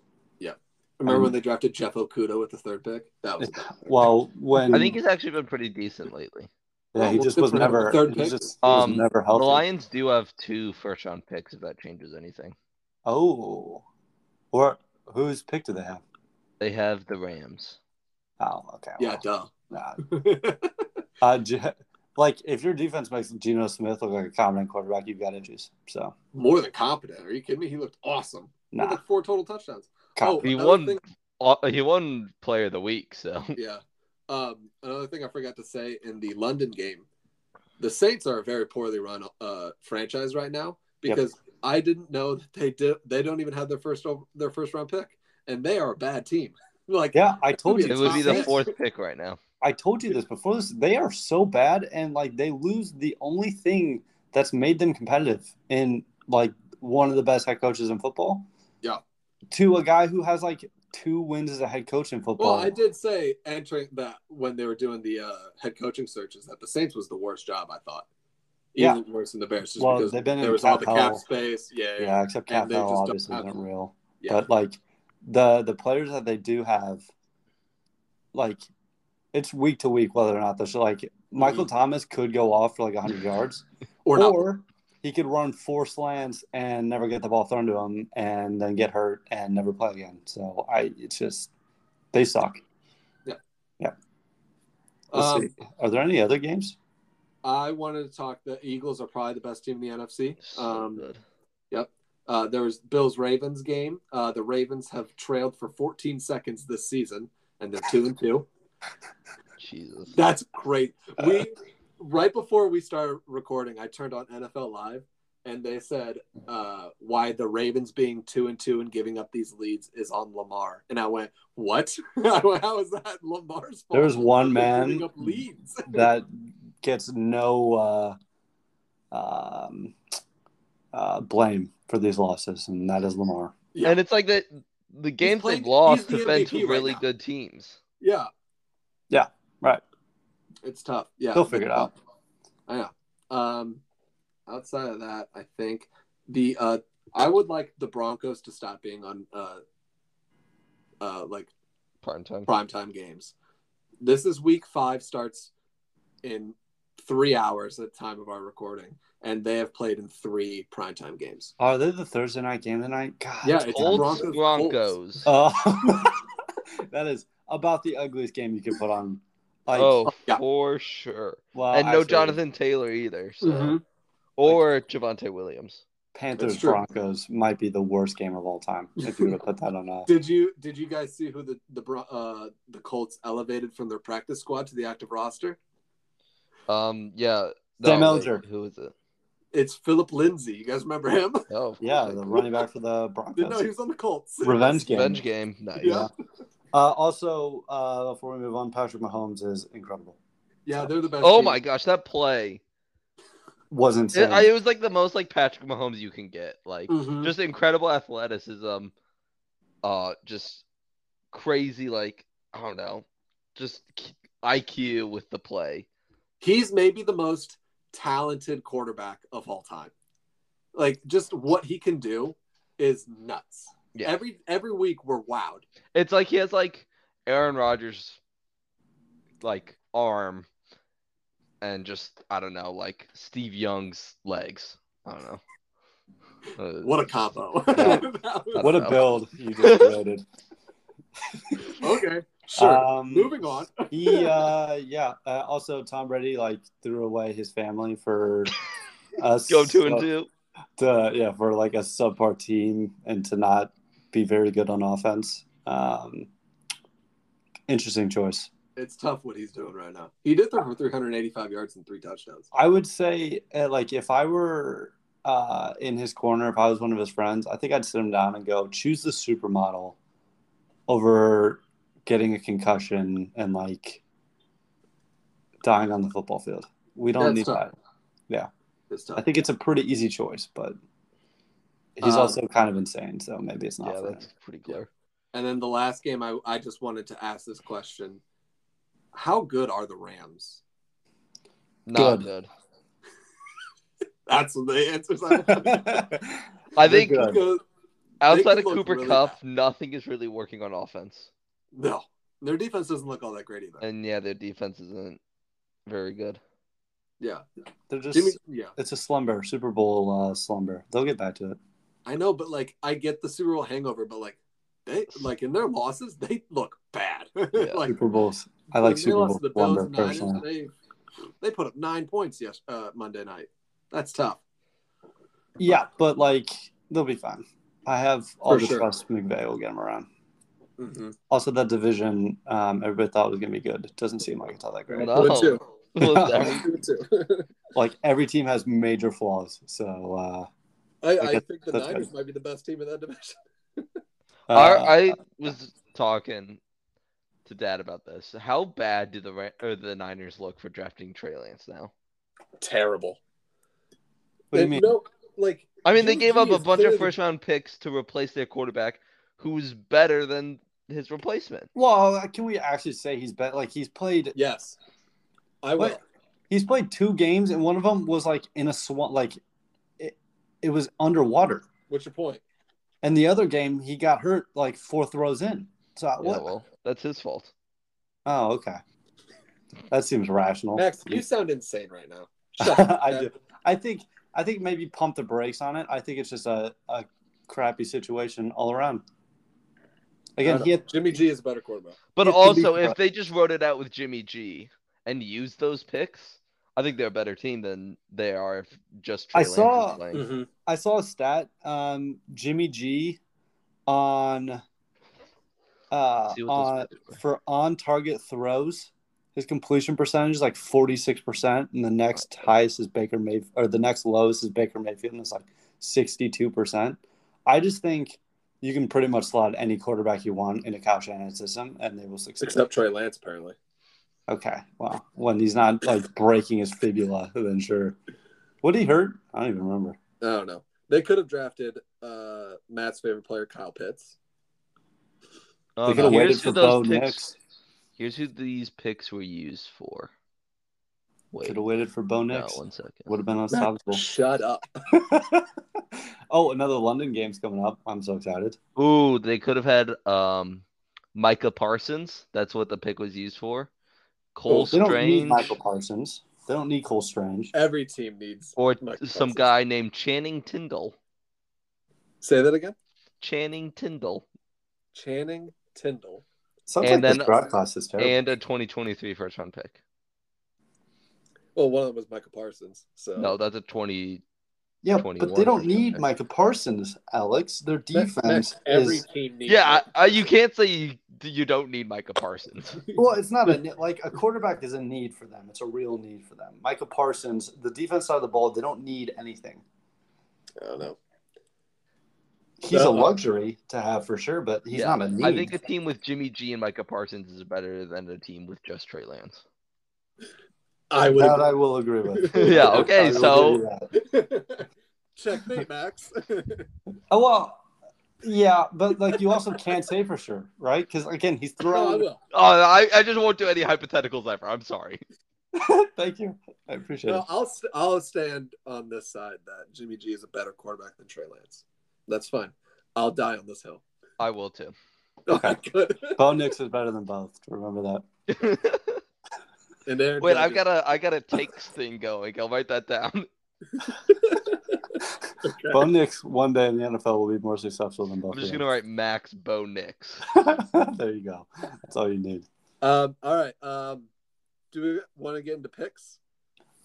remember
Um,
when they drafted Jeff Okuda with the third pick? That was a bad pick.
Well, when
I think he's actually been pretty decent lately.
yeah, he
well,
just
good
was
for him.
never
Third
he was
pick.
just he was
Um,
never
The
healthy.
Lions do have two first round picks if that changes anything.
Oh, or whose pick do they have?
They have the Rams.
Oh, okay.
yeah,
well,
duh.
nah. Uh, J- like if your defense makes Geno Smith look like a competent quarterback, you've got issues. So
More than competent. Are you kidding me? He looked awesome. He had,
nah,
like, four total touchdowns.
com-
Oh,
He
another
won.
thing-
uh, He won Player of the Week. So
Yeah. Um, another thing I forgot to say in the London game, the Saints are a very poorly run uh, franchise right now
Yep.
because I didn't know that they did. They don't even have their first o- their first round pick, and they are a bad team. like
yeah, I told
It
you.
it would be the
Thomas.
fourth pick right now.
I told you this before. This they are so bad, and like they lose the only thing that's made them competitive in like one of the best head coaches in football.
Yeah.
To a guy who has like two wins as a head coach in football.
well, I did say entering that when they were doing the uh, head coaching searches that the Saints was the worst job I thought.
Yeah.
Even worse than the Bears, just
Well,
because
they've been in
there was all
cap
the
hell.
cap space. Yeah, yeah,
Yeah, except
And they
Cathell
just don't
obviously
have-
isn't real.
yeah.
But like the the players that they do have, like it's week to week whether or not they should like Michael Thomas could go off for like hundred yards,
Mm-hmm. or
or,
not.
he could run four slants and never get the ball thrown to him, and then get hurt and never play again. So I, it's just they suck.
Yeah.
yeah. Let's
Um,
see. Are there any other games?
I wanted to talk. The Eagles are probably the best team in the NFC.
So
Um,
good.
Uh, there was Bills Ravens game. Uh, the Ravens have trailed for 14 seconds this season, and they're two and two.
Jesus.
That's great.
Uh,
We right before we started recording, I turned on NFL Live, and they said uh, why the Ravens being two and two and giving up these leads is on Lamar, and I went, "What? I went, How is that Lamar's fault?"
There was one
They're
man
giving up leads.
that gets no uh, um, uh, blame for these losses, and that is Lamar.
Yeah.
And it's like that the games
playing-
they've lost
he's the
have been
MVP
to
right
really
now.
good teams.
Yeah.
Yeah, right.
It's tough. Yeah. uh,
They'll figure it out.
I know. Um, outside of that, I think the uh, I would like the Broncos to stop being on uh, uh, like
Prime time.
primetime games. This is week five starts in three hours at the time of our recording, and they have played in three primetime games.
Are they the Thursday night game tonight? God,
Yeah, it's
Old
Broncos,
Broncos.
Colts.
Uh, that is about the ugliest game you can put on. Like,
oh,
Yeah.
for sure.
well,
and no
actually,
Jonathan Taylor either. So.
Mhm.
Or Javante Williams.
Panthers
That's true.
Broncos might be the worst game of all time if you were to put that on a.
Did you did you guys see who the the Bro- uh, the Colts elevated from their practice squad to the active roster?
Um, yeah.
Sam
wait,
Ellinger.
Who is it?
It's Philip Lindsay. You guys remember him?
Oh, of
Yeah,
course.
the running back for the
Didn't know he
Broncos.
was on the Colts.
Revenge game.
Revenge game. Nice.
Yeah.
Uh, also, uh, before we move on, Patrick Mahomes is incredible.
Yeah, they're the best.
Oh
team.
my gosh, that play!
Wasn't
It, I, it was like the most like Patrick Mahomes you can get. Like
Mhm.
just incredible athleticism, uh, just crazy. Like I don't know, just k- IQ with the play.
He's maybe the most talented quarterback of all time. Like just what he can do is nuts.
Yeah.
Every every week we're wowed.
It's like he has like Aaron Rodgers like arm and just I don't know, like Steve Young's legs. I don't know. Uh,
What a combo.
Yeah.
That was-
What a build you just created.
okay. Sure.
Um,
Moving on.
he, uh, yeah. Uh, also, Tom Brady like threw away his family for us.
Go two and two.
to yeah for like a subpar team and to not be very good on offense. Um, interesting choice.
It's tough what he's doing right now. He did throw for 385 yards and three touchdowns.
I would say uh, like if I were uh, in his corner, if I was one of his friends, I think I'd sit him down and go choose the supermodel over getting a concussion and like dying on the football field. We don't
That's
need
tough.
that.
It's tough.
I think it's a pretty easy choice, but he's
Um,
also kind of insane, so maybe it's not.
Yeah,
for him.
that's pretty clear.
and then the last game, I, I just wanted to ask this question: How good are the Rams?
Not
Good.
good.
That's the answers I want.
I
They're
think
good.
Because-
outside of
look
Cooper
really
Cup, nothing is really working on offense.
No, their defense doesn't look all that great either.
And yeah, their defense isn't very good.
yeah,
They're just
Jimmy. Yeah,
it's a slumber, Super Bowl uh, slumber. They'll get back to it.
I know, but like I get the Super Bowl hangover, but like they like in their losses, they look bad. like
Super Bowls. I like
they
Super
lost
Bowl
to the Bills
slumber
and Niners,
personally.
They they put up nine points yes uh, Monday night. That's tough.
Yeah, but like they'll be fine. I have all
For
the
sure.
trust McVay will get them around.
Mm-hmm.
Also, that division um, everybody thought was gonna be good. It doesn't seem like it's all that great.
No.
Would too.
Was
I
every-
would too.
Like every team has major flaws. So uh,
I, I
Okay,
think the
that's
Niners might be the best team in that division.
uh,
Our-
uh,
I was talking to Dad about this. How bad do the Ra- or the Niners look for drafting Trey Lance now?
Terrible.
what do you mean?
No, like
I mean, they
Jimmy
gave
G
up a
is
bunch
clearly
of
the-
first round picks to replace their quarterback, who's better than his replacement.
Well, uh, can we actually say he's bet like he's played
Yes, I will.
What? he's played two games and one of them was like in a swamp like it, it was underwater.
What's your point?
And the other game, he got hurt like four throws in. So I-
Yeah,
what?
well, that's his fault.
Oh, okay. That seems rational.
Max, you sound insane right now. Shut up.
I do. I think. I think maybe pump the brakes on it. I think it's just a, a crappy situation all around. Again,
Uh,
he had
Uh, Jimmy G is a better quarterback.
But
It could be
also, if
correct.
they just wrote it out with Jimmy G and used those picks, I think they're a better team than they are if just Trey
I
Lance
saw-
is playing.
Mm-hmm.
I saw a stat. Um, Jimmy G on uh,
See what
on
those numbers were.
for on target throws, his completion percentage is like forty six percent, and the next highest is Baker Mayfield, or the next lowest is Baker Mayfield, and it's like sixty two percent. I just think you can pretty much slot any quarterback you want in a Kyle Shanahan system, and they will succeed.
Except Trey Lance, apparently.
Okay, well, when he's not like breaking his fibula, then sure. What he hurt? I don't even remember.
I don't know. They could have drafted uh, Matt's favorite player, Kyle Pitts.
Oh,
They
no,
could have waited
Here's
for
who
Bo
those picks.
Nix.
Here's who these picks were used for. Wait,
Could have waited for Bo
no,
Nix.
one second.
Would have been
Matt,
unstoppable.
shut up.
oh, another London game's coming up. I'm so excited.
Ooh, they could have had um Micah Parsons. That's what the pick was used for. Cole
They don't need
Strange
Michael Parsons. They don't need Cole Strange.
Every team needs.
or
Micah
some
Parsons.
guy named Channing Tyndall.
Say that again.
Channing Tyndall
Channing Tyndall.
Sounds
And
like
then-
this draft class is terrible.
and a 2023 first round pick.
Well, one of them was Michael Parsons. So
No, that's a 20.
yeah,
21
but they don't
for sure.
need Michael Parsons, Alex. Their
Max- Max,
defense
every
is
team needs.
Yeah,
it.
I, I, you can't say you, you don't need Micah Parsons.
well, it's not a ne- like a quarterback is a need for them. It's a real need for them. Michael Parsons, the defense side of the ball, they don't need anything.
I don't know.
He's
No.
a luxury to have for sure, but he's
Yeah,
not a need.
I think a team with Jimmy G and Micah Parsons is better than a team with just Trey Lance.
I would.
that I will agree with.
Yeah, okay,
I will
so-
give you that.
Checkmate, Max.
Oh well, yeah, but like you also can't say for sure, right? Because again, he's
no, I
throwing.
will.
Oh, I, I just won't do any hypotheticals ever. I'm sorry.
Thank you, I appreciate
No, I'll st- I'll stand on this side that Jimmy G is a better quarterback than Trey Lance. That's fine. I'll die on this hill.
I will too.
Okay.
Good.
Bo Nix is better than both. Remember that.
And Aaron
Wait, I've got
Judge
a I got a takes thing going. I'll write that down.
is- Okay.
Bo Nix one day in the NFL will be more successful than both.
I'm just
of
gonna write Max Bo Nix.
them. there you go. That's all you need.
Um, all right. Um, do we want to get into picks?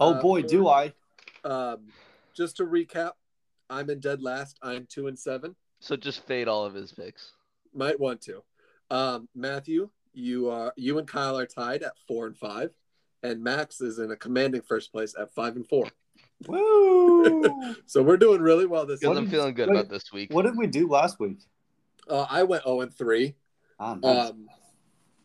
Oh
Uh,
boy, do I.
Um, just to recap, I'm in dead last. I'm two and seven.
So just fade all of his picks.
Might want to. Um, Matthew, you are you and Kyle are tied at four and five, and Max is in a commanding first place at five and four.
Woo!
So we're doing really well this.
Because
What
Year.
I'm
did-
feeling good
what-
about this week.
what did we do last week?
Uh, I went zero and three.
Ah,
Uh,
Um,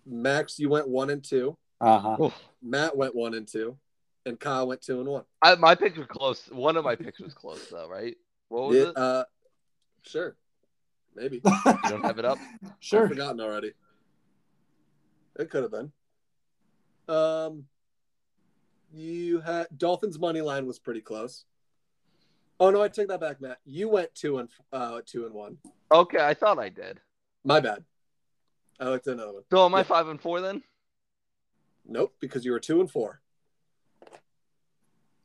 Max, you went one and two.
uh huh.
Matt went one and two, and Kyle went two and one.
I, my picks were close. One of my picks was close though, right? What was
Yeah,
it?
uh, sure, maybe.
You don't have it up?
I've
Sure.
forgotten already. It could have been. Um, you had Dolphins money line was pretty close. Oh no, I take that back, Matt. You went two and uh, two and one.
Okay, I thought I did.
My bad. I looked at another one.
So am I
Yeah.
five and four then?
Nope, because you were two and four.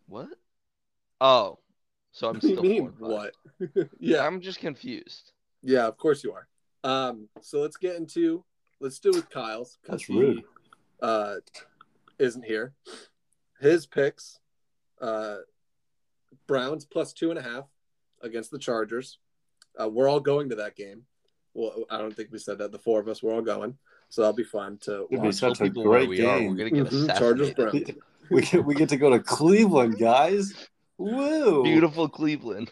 What? Oh, so I'm
What do you
still
mean
four and five.
what? yeah,
I'm just confused.
yeah, of course you are. Um, so let's get into let's do with Kyle's because
That's
he
rude.
uh isn't here. His picks, uh, Browns plus two and a half against the Chargers. Uh, we're all going to that game. Well, I don't think we said that. The four of us, we're all going, so that'll be fun to
It'd be
watch.
such
Tell
a
people where
great
we are. We're
game.
gonna get
Mhm, Chargers
assassinated.
Browns.
We get, we get to go to Cleveland, guys. Woo!
Beautiful Cleveland.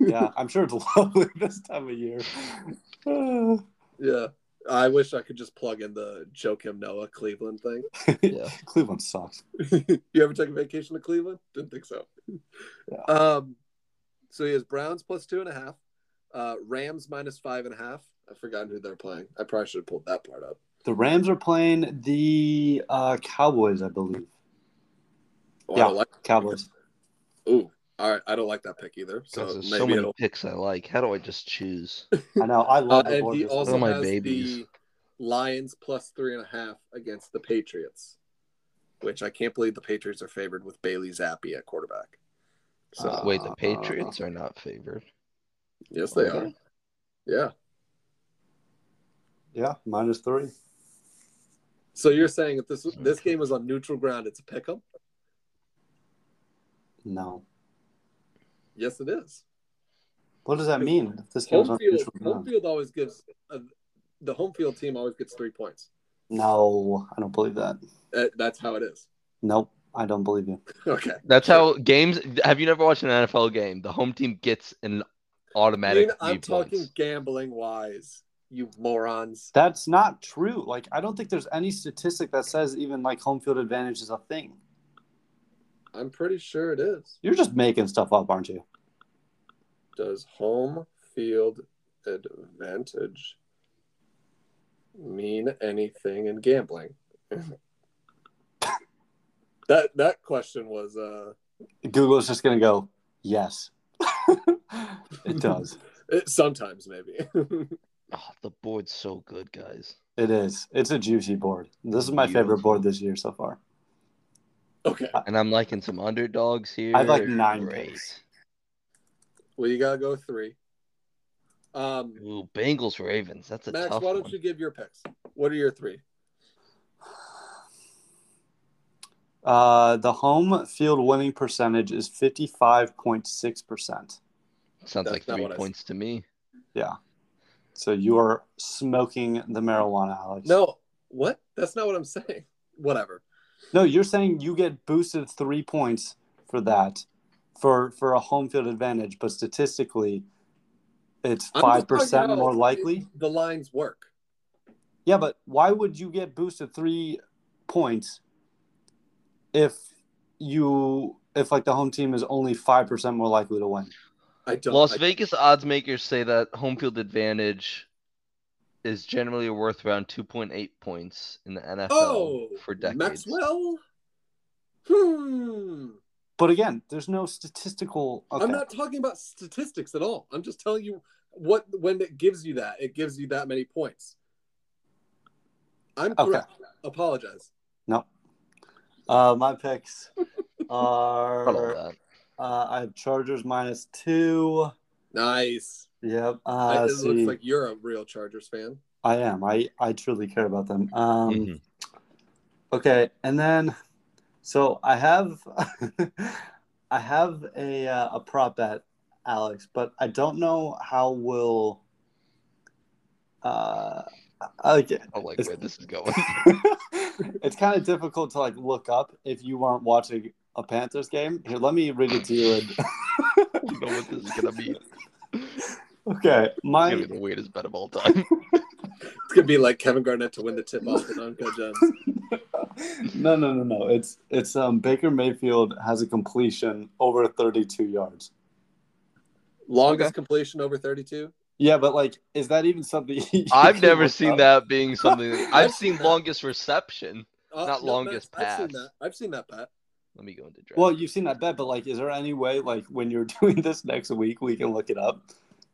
Yeah, I'm sure it's lovely this time of year. Uh,
Yeah, I wish I could just plug in the Joakim Noah Cleveland thing.
Yeah.
Cleveland sucks.
you ever take a vacation to Cleveland? Didn't think so.
Yeah.
Um, so he has Browns plus two and a half, uh, Rams minus five and a half. I've forgotten who they're playing. I probably should have pulled that part up.
The Rams are playing the uh, Cowboys, I believe.
Oh, I
Yeah.
don't like.
Cowboys.
Ooh, all right. I don't like that pick either. So
God, there's
maybe
so many
it'll.
picks I like. How do I just choose?
I know. I
Uh,
love the
and he
Borges.
also
Oh, my
has
babies.
the Lions plus three and a half against the Patriots, which I can't believe the Patriots are favored with Bailey Zappi at quarterback. So
Uh,
Wait, the Patriots are not favored.
yes, they are. Yeah.
Yeah, minus three.
So you're saying if this this game was on neutral ground, it's a pick 'em?
No.
Yes, it is.
What does that mean? If this game's
home
on
field,
neutral
home
ground?
field always gives uh, the home field team always gets three points.
No, I don't believe that.
Uh, that's how it is.
Nope, I don't believe you.
Okay,
That's how games. Have you never watched an NFL game? The home team gets an automatic.
Dean, I'm
three points.
talking gambling wise, you morons.
That's not true. Like, I don't think there's any statistic that says even like home field advantage is a thing.
I'm pretty sure it is.
You're just making stuff up, aren't you?
Does home field advantage mean anything in gambling? that that question was uh
Google's just gonna go, yes. it does.
it, sometimes maybe.
Oh, the board's so good, guys.
It is. It's a juicy board. This is my favorite board this year so far.
okay.
And I'm liking some underdogs here.
I have, like, nine picks.
Well you gotta go three. Um
Ooh, Bengals Ravens. That's a
Max,
tough
why don't
one.
you give your picks? What are your three?
Uh, the home field winning percentage is fifty five point six percent.
Sounds
That's
like
not
three
what I said.
points to me.
So you are smoking the marijuana, Alex.
No, what? That's not what I'm saying. Whatever.
No, you're saying you get boosted three points for that, for for a home field advantage, but statistically, it's
I'm just
five percent
talking
more
about
likely.
The lines work.
Yeah, but why would you get boosted three points if you if like the home team is only five percent more likely to win?
I don't.
Las
I-
Vegas odds makers say that home field advantage is generally worth around 2.8 points in the NFL
oh,
for decades.
Maxwell. Hmm.
But again, there's no statistical. Okay.
I'm not talking about statistics at all. I'm just telling you what when it gives you that, it gives you that many points. I'm
Okay.
correct. Apologize.
Uh, my picks
I love
are
that.
uh, I have Chargers minus two.
Nice.
Yep.
I-
Uh,
it
see.
looks like you're a real Chargers fan.
I am. I I truly care about them. Um,
Mhm.
Okay, and then so I have I have a uh, a prop bet, Alex, but I don't know how will. Uh, I like it.
I like
It's-
where this is going.
it's kind of difficult to like look up if you weren't watching a Panthers game. Here, let me read it to you.
you know what this is gonna be.
okay,
It's
my
gonna be the weirdest bet of all time.
It's gonna be like Kevin Garnett to win the tip off to Donko Jones.
no, no, no, no. It's it's um Baker Mayfield has a completion over 32 yards.
Longest completion over 32.
Yeah, but like, is that even something? you
I've
can
never
look
seen
up?
that being something. I've
I've
seen
seen that.
longest reception.
Uh,
Not longest
that's- I've seen
pass.
that. I've seen that, Pat.
Let me go into draft.
Well, you've seen that bet, but like, is there any way like when you're doing this next week we can look it up?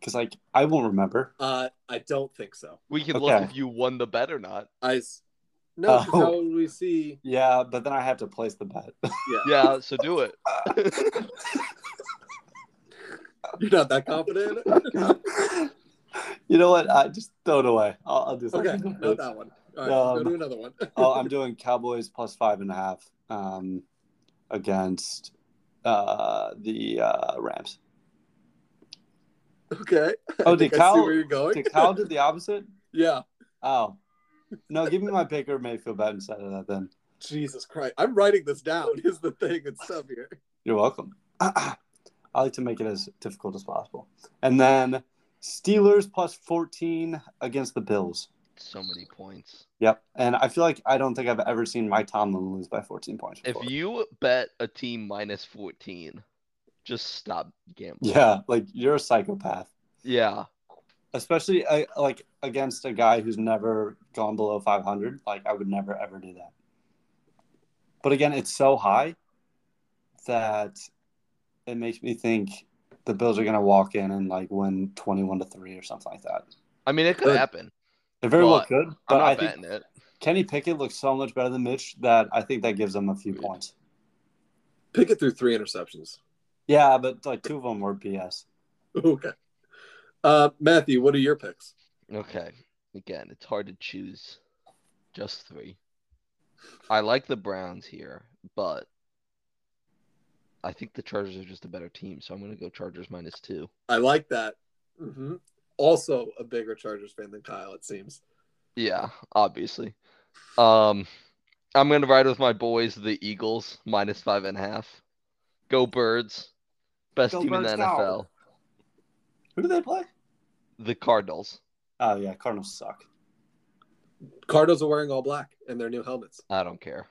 Because like I won't remember.
Uh, I don't think so.
we can
okay.
look if you won the bet or not.
I s- no. 'cause
Oh.
How would we see?
Yeah, but then I have to place the bet.
Yeah, so do it.
You're not that confident.
you know what? I just throw it away. I'll, I'll do
okay,
something.
not that one. All right,
Um,
go to another one.
oh, I'm doing Cowboys plus five and a half um, against uh, the uh, Rams.
okay.
Oh,
I think
did
I see
Cal,
where you're going.
did Cal do the opposite?
yeah.
Oh. No, give me my Baker Mayfield bet instead of that then.
Jesus Christ. I'm writing this down. Is the thing it's up here.
You're welcome. I like to make it as difficult as possible. And then Steelers plus 14 against the Bills.
So many points.
Yep. And I feel like I don't think I've ever seen Mike Tomlin lose by 14 points.
If
before.
you bet a team minus 14, just stop gambling.
yeah, like you're a psychopath,
Yeah.
especially uh, like against a guy who's never gone below 500. Like I would never ever do that. But again, it's so high that it makes me think the Bills are going to walk in and like win 21 to 3 or something like that.
I mean, it could
Good.
happen.
It very well
But
could,
I'm
but
not
I think
betting it.
Kenny Pickett looks so much better than Mitch that I think that gives him a few
Agreed.
points.
Pickett threw three interceptions.
Yeah, but like two of them were BS.
Okay. Uh, Matthew, what are your picks?
Okay. Again, it's hard to choose just three. I like the Browns here, but I think the Chargers are just a better team, so I'm going to go Chargers minus two.
I like that. hmm Also, a bigger Chargers fan than Kyle, it seems.
Yeah, obviously. Um, I'm gonna ride with my boys, the Eagles, minus five and a half. Go Birds, best
Go
team in
Birds,
the
go.
NFL.
Who do they play?
The Cardinals.
Oh yeah, Cardinals suck.
Cardinals are wearing all black and their new helmets.
I don't care.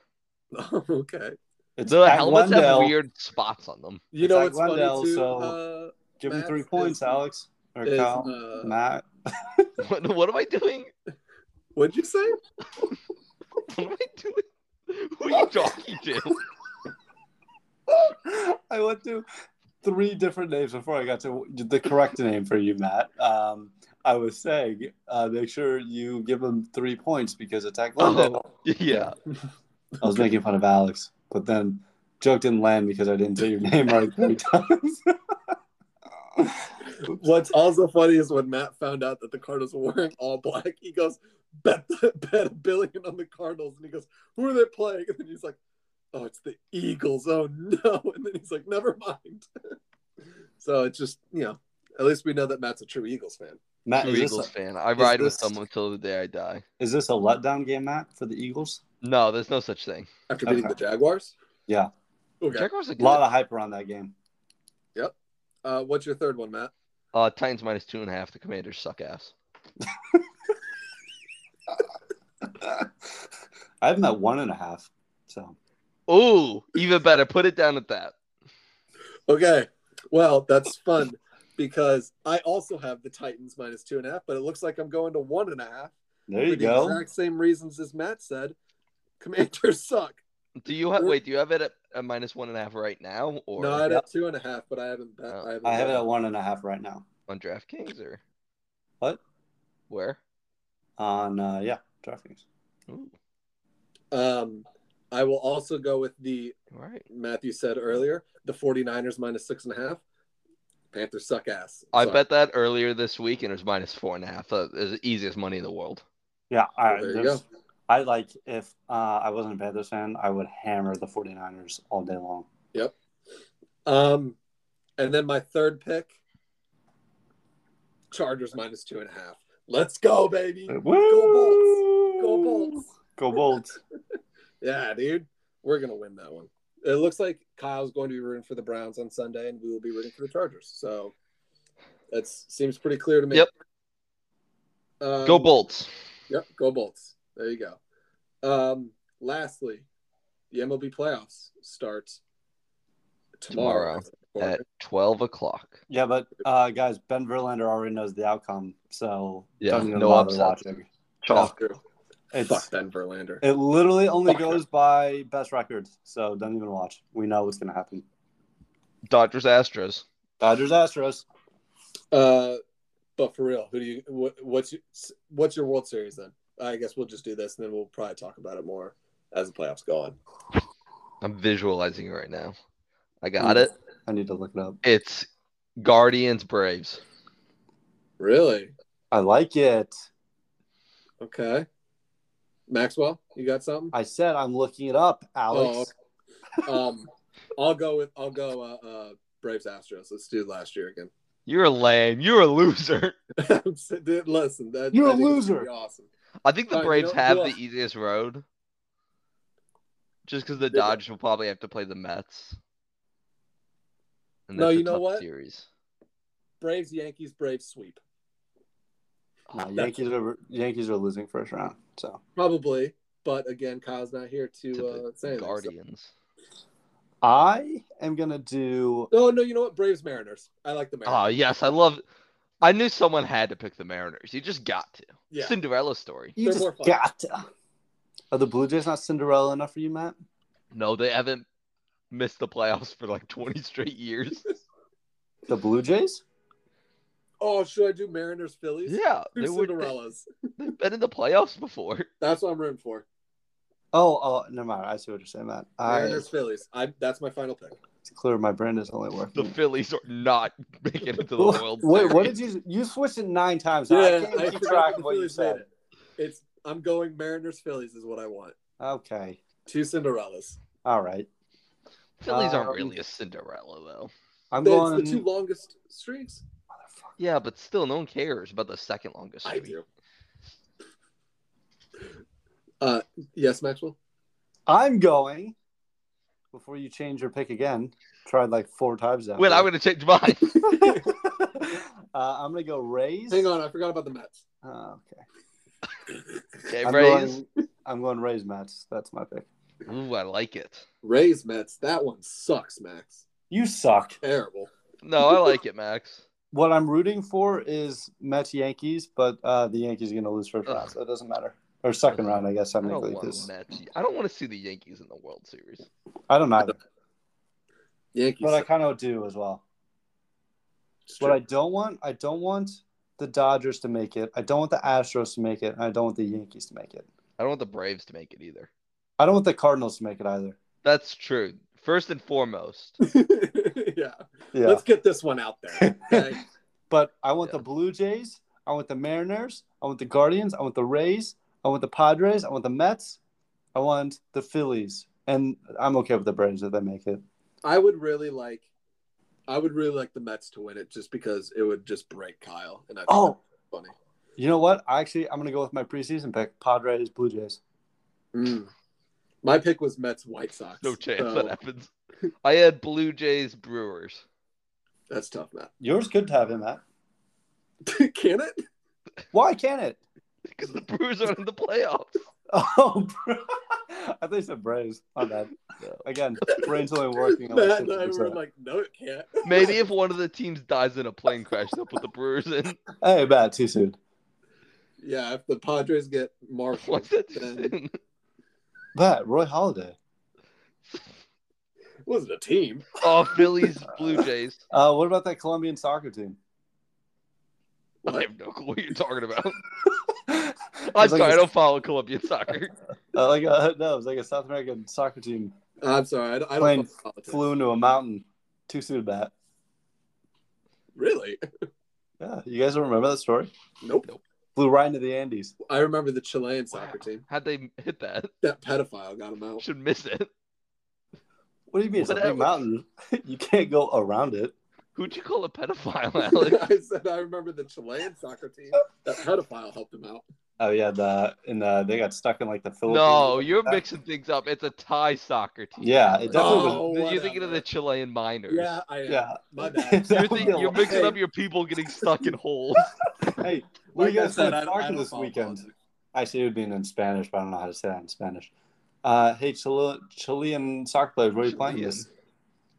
okay.
It's
the
at
helmets
Glendale.
have weird spots on them.
You
It's
know
at
what's funny
Glendale,
too?
so-
uh,
Give him
Matt
three
is-
points, Alex or
is,
Kyle,
uh,
Matt.
What, what am I doing?
what'd you say?
What am I doing? Who are you talking to?
I went through three different names before I got to the correct name for you, Matt. Um, I was saying, uh, make sure you give him three points because it's at Glendale.
Oh,
Uh,
yeah.
I was making fun of Alex, but then joke didn't land because I didn't say your name right three times.
What's also funny is when Matt found out that the Cardinals were wearing all black, he goes, bet, bet a billion on the Cardinals. And he goes, who are they playing? And then he's like, oh, it's the Eagles. Oh, no. And then he's like, never mind. so it's just, you know, at least we know that Matt's a true Eagles fan.
Matt,
True
is
Eagles
this,
fan. I
is
ride with
this-
them until the day I die.
is this a letdown game, Matt, for the Eagles?
No, there's no such thing.
After beating
Okay.
the Jaguars?
Yeah.
Okay.
Jaguars are
A lot
good.
of hype around that game.
Uh, what's your third one, Matt?
Uh, Titans minus two and a half. The Commanders suck ass.
I have them at one and a half. So
Ooh, even better. Put it down at that.
Okay. Well, that's fun because I also have the Titans minus two and a half, but it looks like I'm going to one and a half.
there you
for the
go.
exact same reasons as Matt said. Commanders suck.
Do you have
Or-
wait? Do you have it at a minus one and a half right now, or
no, I had
Yep.
two and a half, but I haven't. Bet,
Oh.
I haven't.
I have it
bet.
at one and a half right now.
on DraftKings, or
What?
Where?
On uh, yeah, DraftKings.
Ooh,
Um, I will also go with the
all right.
Matthew said earlier, the 49ers minus six and a half. Panthers suck ass.
I
Sorry.
bet that earlier this week and it was minus four and a half. Uh, it was the easiest money in the world.
Yeah, I,
There you
there's- I like if uh, I wasn't a Panthers fan, I would hammer the 49ers all day long.
Um, and then my third pick, Chargers minus two and a half. Let's go, baby. Go Bolts.
Go Bolts.
Yeah, dude, we're gonna win that one. It looks like Kyle's going to be rooting for the Browns on Sunday, and we will be rooting for the Chargers. So that seems pretty clear to me.
Yep.
Um,
Go Bolts.
Yep, go Bolts. There you go. Um, lastly, the MLB playoffs start tomorrow,
At 12 o'clock.
Yeah, but uh, guys, Ben Verlander already knows the outcome, so
Yeah,
don't even
no
bother
upsets.
watching.
That's
Chalk.
true.
It's
Fuck Ben Verlander.
it literally only
Fuck.
goes by best records, so don't even watch. We know what's gonna happen.
Dodgers Astros.
Dodgers Astros.
Uh, but for real, who do you what, what's your, what's your World Series then? I guess we'll just do this, and then we'll probably talk about it more as the playoffs go on.
I'm visualizing it right now. I got
Mm.
it.
I need to look it up.
It's Guardians Braves.
Really?
I like it.
Okay. Maxwell, you got something?
I said I'm looking it up, Alex.
Oh, um, I'll go with I'll go uh, uh Braves Astros. Let's do last year again.
You're lame. You're a loser.
Dude, Listen, that,
You're
I
a
think it's
loser.
gonna be Awesome.
I think the
Alright,
Braves
Uh, you know-
have
you
the
know-
easiest road. Just because the
They-
Dodgers will probably have to play the Mets. And
No,
that's a
you know
tough
what?
Series.
Braves Yankees Braves sweep Ah, Oh,
Ah,
Nah, Yankees are Yankees are losing first round, so
probably, but again, Kyle's not here to,
To
uh, say
the
anything. so-
Guardians.
I am gonna do
Oh no, you know what? Braves Mariners. I like the Mariners.
Oh yes, I love. I knew someone had to pick the Mariners. You just got to.
yeah.
Cinderella story.
You
They're
just
more fun.
got to. Are the Blue Jays not Cinderella enough for you, Matt?
No, they haven't missed the playoffs for like 20 straight years.
The Blue Jays?
Oh, should I do Mariners Phillies?
yeah,
Two
they were. They,
Cinderellas.
have been in the playoffs before.
That's what I'm rooting for.
Oh, oh, never mind. I see what you're saying, Matt. I
Mariners Phillies. I that's my final pick.
it's clear my brain is only
The
working.
Phillies are not making it to the
Wait,
World
what
Series.
did you you switched it nine times? now. I
Yeah,
can't
I
keep
forgot
track
the
of what you
Phillies made
said.
it. It's I'm going Mariners Phillies is what I want.
Okay.
Two Cinderellas.
All right.
Phillies
Um,
aren't really a Cinderella though.
I'm
That's
going
the two longest streaks.
Motherfucker.
Yeah, but still, no one cares about the second longest.
I
Streak.
do. Uh, yes, Maxwell.
I'm going before you change your pick again. Tried like four times now.
Wait, I'm gonna change mine.
uh, I'm gonna go Rays.
Hang on, I forgot about the Mets.
Oh, okay.
Okay,
I'm
Rays.
Going, I'm going Rays Mets. That's my pick.
Ooh, I like it.
Rays Mets. That one sucks, Max.
You suck.
Terrible.
No, I like it, Max.
What I'm rooting for is Mets Yankees, but uh, the Yankees are going to lose first round, so it doesn't matter. Or second round, I guess.
I don't
Technically,
want
'cause-
Mets. e- I don't want to see the Yankees in the World Series.
I don't know,
Yankees.
but I kind of do as well.
It's
What I
true.
don't want, I don't want the Dodgers to make it. I don't want the Astros to make it. And I don't want the Yankees to make it.
I don't want the Braves to make it either.
I don't want the Cardinals to make it either.
That's true. First and foremost,
yeah.
Yeah,
Let's get this one out there. Okay?
but I want
Yeah.
the Blue Jays. I want the Mariners. I want the Guardians. I want the Rays. I want the Padres. I want the Mets. I want the Phillies, and I'm okay with the Braves if they make it.
I would really like. I would really like the Mets to win it just because it would just break Kyle. And I think
Oh,
that's funny.
You know what? Actually, I'm gonna go with my preseason pick: Padres, Blue Jays.
Mm. My pick was Mets White Sox.
no chance
so
that happens. I had Blue Jays Brewers.
that's tough, Matt.
Yours could have him at.
Can it?
Why can't it?
Because the Brewers aren't in the playoffs.
Oh, bro. I think it's the Braves. My bad.
No.
Again, brain's only working. On
Matt
like
and I were
50%.
like, no, it can't.
Maybe if one of the teams dies in a plane crash, they'll put the Brewers in.
hey, Matt, too soon.
Yeah, if the Padres get Marshall,
What's that?
then
Soon?
Matt, Roy Holiday.
it wasn't a team.
Oh, Phillies Blue Jays.
Uh, what about that Colombian soccer team?
I
What?
have no clue what you're talking about.
It
I'm
was
sorry,
like
I
a-
don't follow Colombian soccer.
uh, like a, no, it was like a South American soccer team
I'm sorry. I don't, I
Plane
don't follow politics.
flew into a mountain too soon to bat.
Really?
Yeah, you guys don't remember that story?
Nope.
Flew right into the Andes.
I remember the Chilean soccer
Wow.
team.
How'd they hit that?
That pedophile got him out.
Should miss it.
What do you mean? It's a big
Whatever.
mountain. you can't go around it.
Who'd you call a pedophile, Alex?
I said I remember the Chilean soccer team. That pedophile helped him out.
Oh yeah, the and uh they got stuck in like the Philippines.
no, you're mixing things up. It's a Thai soccer team.
Yeah, it
Alex.
definitely
Oh,
You're thinking of
whatever.
the Chilean minors.
Yeah, I am.
Yeah,
My bad.
You're,
That would
think-
be a
you're
lot.
mixing
Hey.
up your people getting stuck in holes.
Hey, what do you
Like I
guys said
I- I
soccer
don't
this
follow
weekend?
politics.
Actually, it would be in Spanish, but I don't know how to say that in Spanish. Uh, hey, Chile- Chilean soccer players, where are you playing
Chilean.
this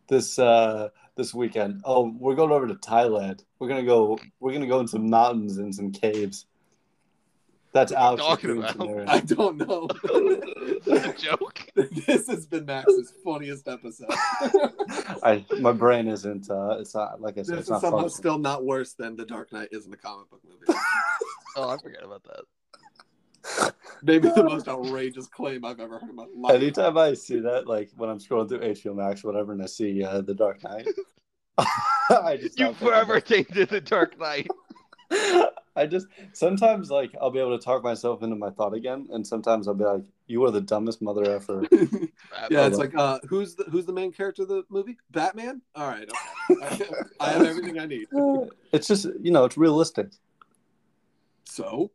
this uh, this weekend? Oh, we're going over to Thailand. We're gonna go. We're gonna go in some mountains and some caves. That's
are you
Alex.
talking
I don't know.
It's a joke.
this has been Max's funniest episode.
I my brain isn't. Uh, it's not like I said.
this
It's
is
not
somehow
fun.
still not worse than The Dark Knight is in the comic book movie.
Oh, I forgot about that.
Maybe the most outrageous claim I've ever heard in my life.
Anytime I see that, like when I'm scrolling through HBO Max, whatever, and I see uh, The Dark Knight, I just
You forever changed it to Dark Knight.
I just sometimes like I'll be able to talk myself into my thought again, and sometimes I'll be like, "You are the dumbest mother ever."
yeah, it's like uh, who's the who's the main character of the movie? Batman. All right, okay. I have everything I need.
it's just you know, it's realistic.
So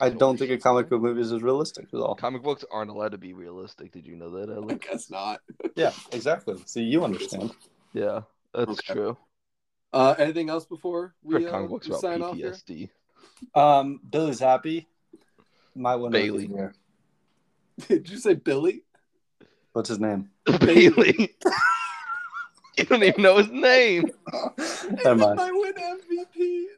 I don't think a comic book movie is as realistic at all.
Comic books aren't allowed to be realistic. Did you know that,
I
Alex?
guess not.
Yeah, exactly. See, you understand.
Yeah, that's
Okay.
true.
Uh, anything else before we,
Read
uh,
comic books
we
about
sign off here?
PTSD.
Um, Billy's happy. Might win Rookie of
Bailey.
the Year.
Did you say Billy?
What's his name?
Bailey. you don't even know his name.
Never
And then
mind.
I win MVPs.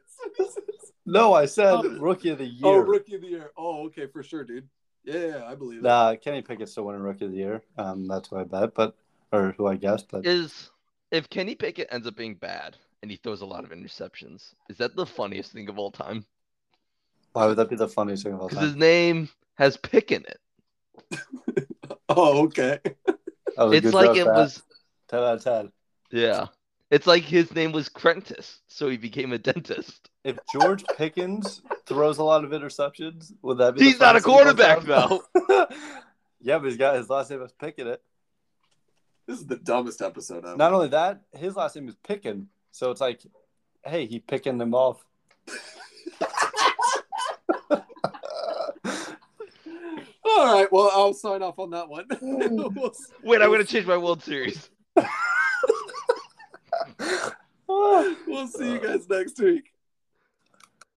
No, I said
Oh.
Rookie of the Year.
oh, rookie of the year. Oh, okay, for sure, dude. Yeah, I believe that.
Uh, Kenny Pickett's still winning Rookie of the Year. Um, that's who I bet, but or who I guessed, but
Is if Kenny Pickett ends up being bad and he throws a lot of interceptions, is that the funniest thing of all time?
why would that be the funniest thing of all
Because his
time?
name has pick in it.
Oh, okay.
That was a
It's
good
like
joke,
it
Pat.
was
ten out of ten.
yeah. It's like his name was Crentis, so he became a dentist.
If George Pickens throws a lot of interceptions, would that be? the
He's not a
funniest
quarterback
thing of all
though.
time? yeah, but he's got his last name is Pickett. It.
This is the dumbest episode ever.
Not only that, his last name is Pickin, so it's like, hey, he picking them off.
All right. Well, I'll sign off on that one. We'll see.
Wait, I'm gonna change my World Series.
Ah.
we'll see you guys next week.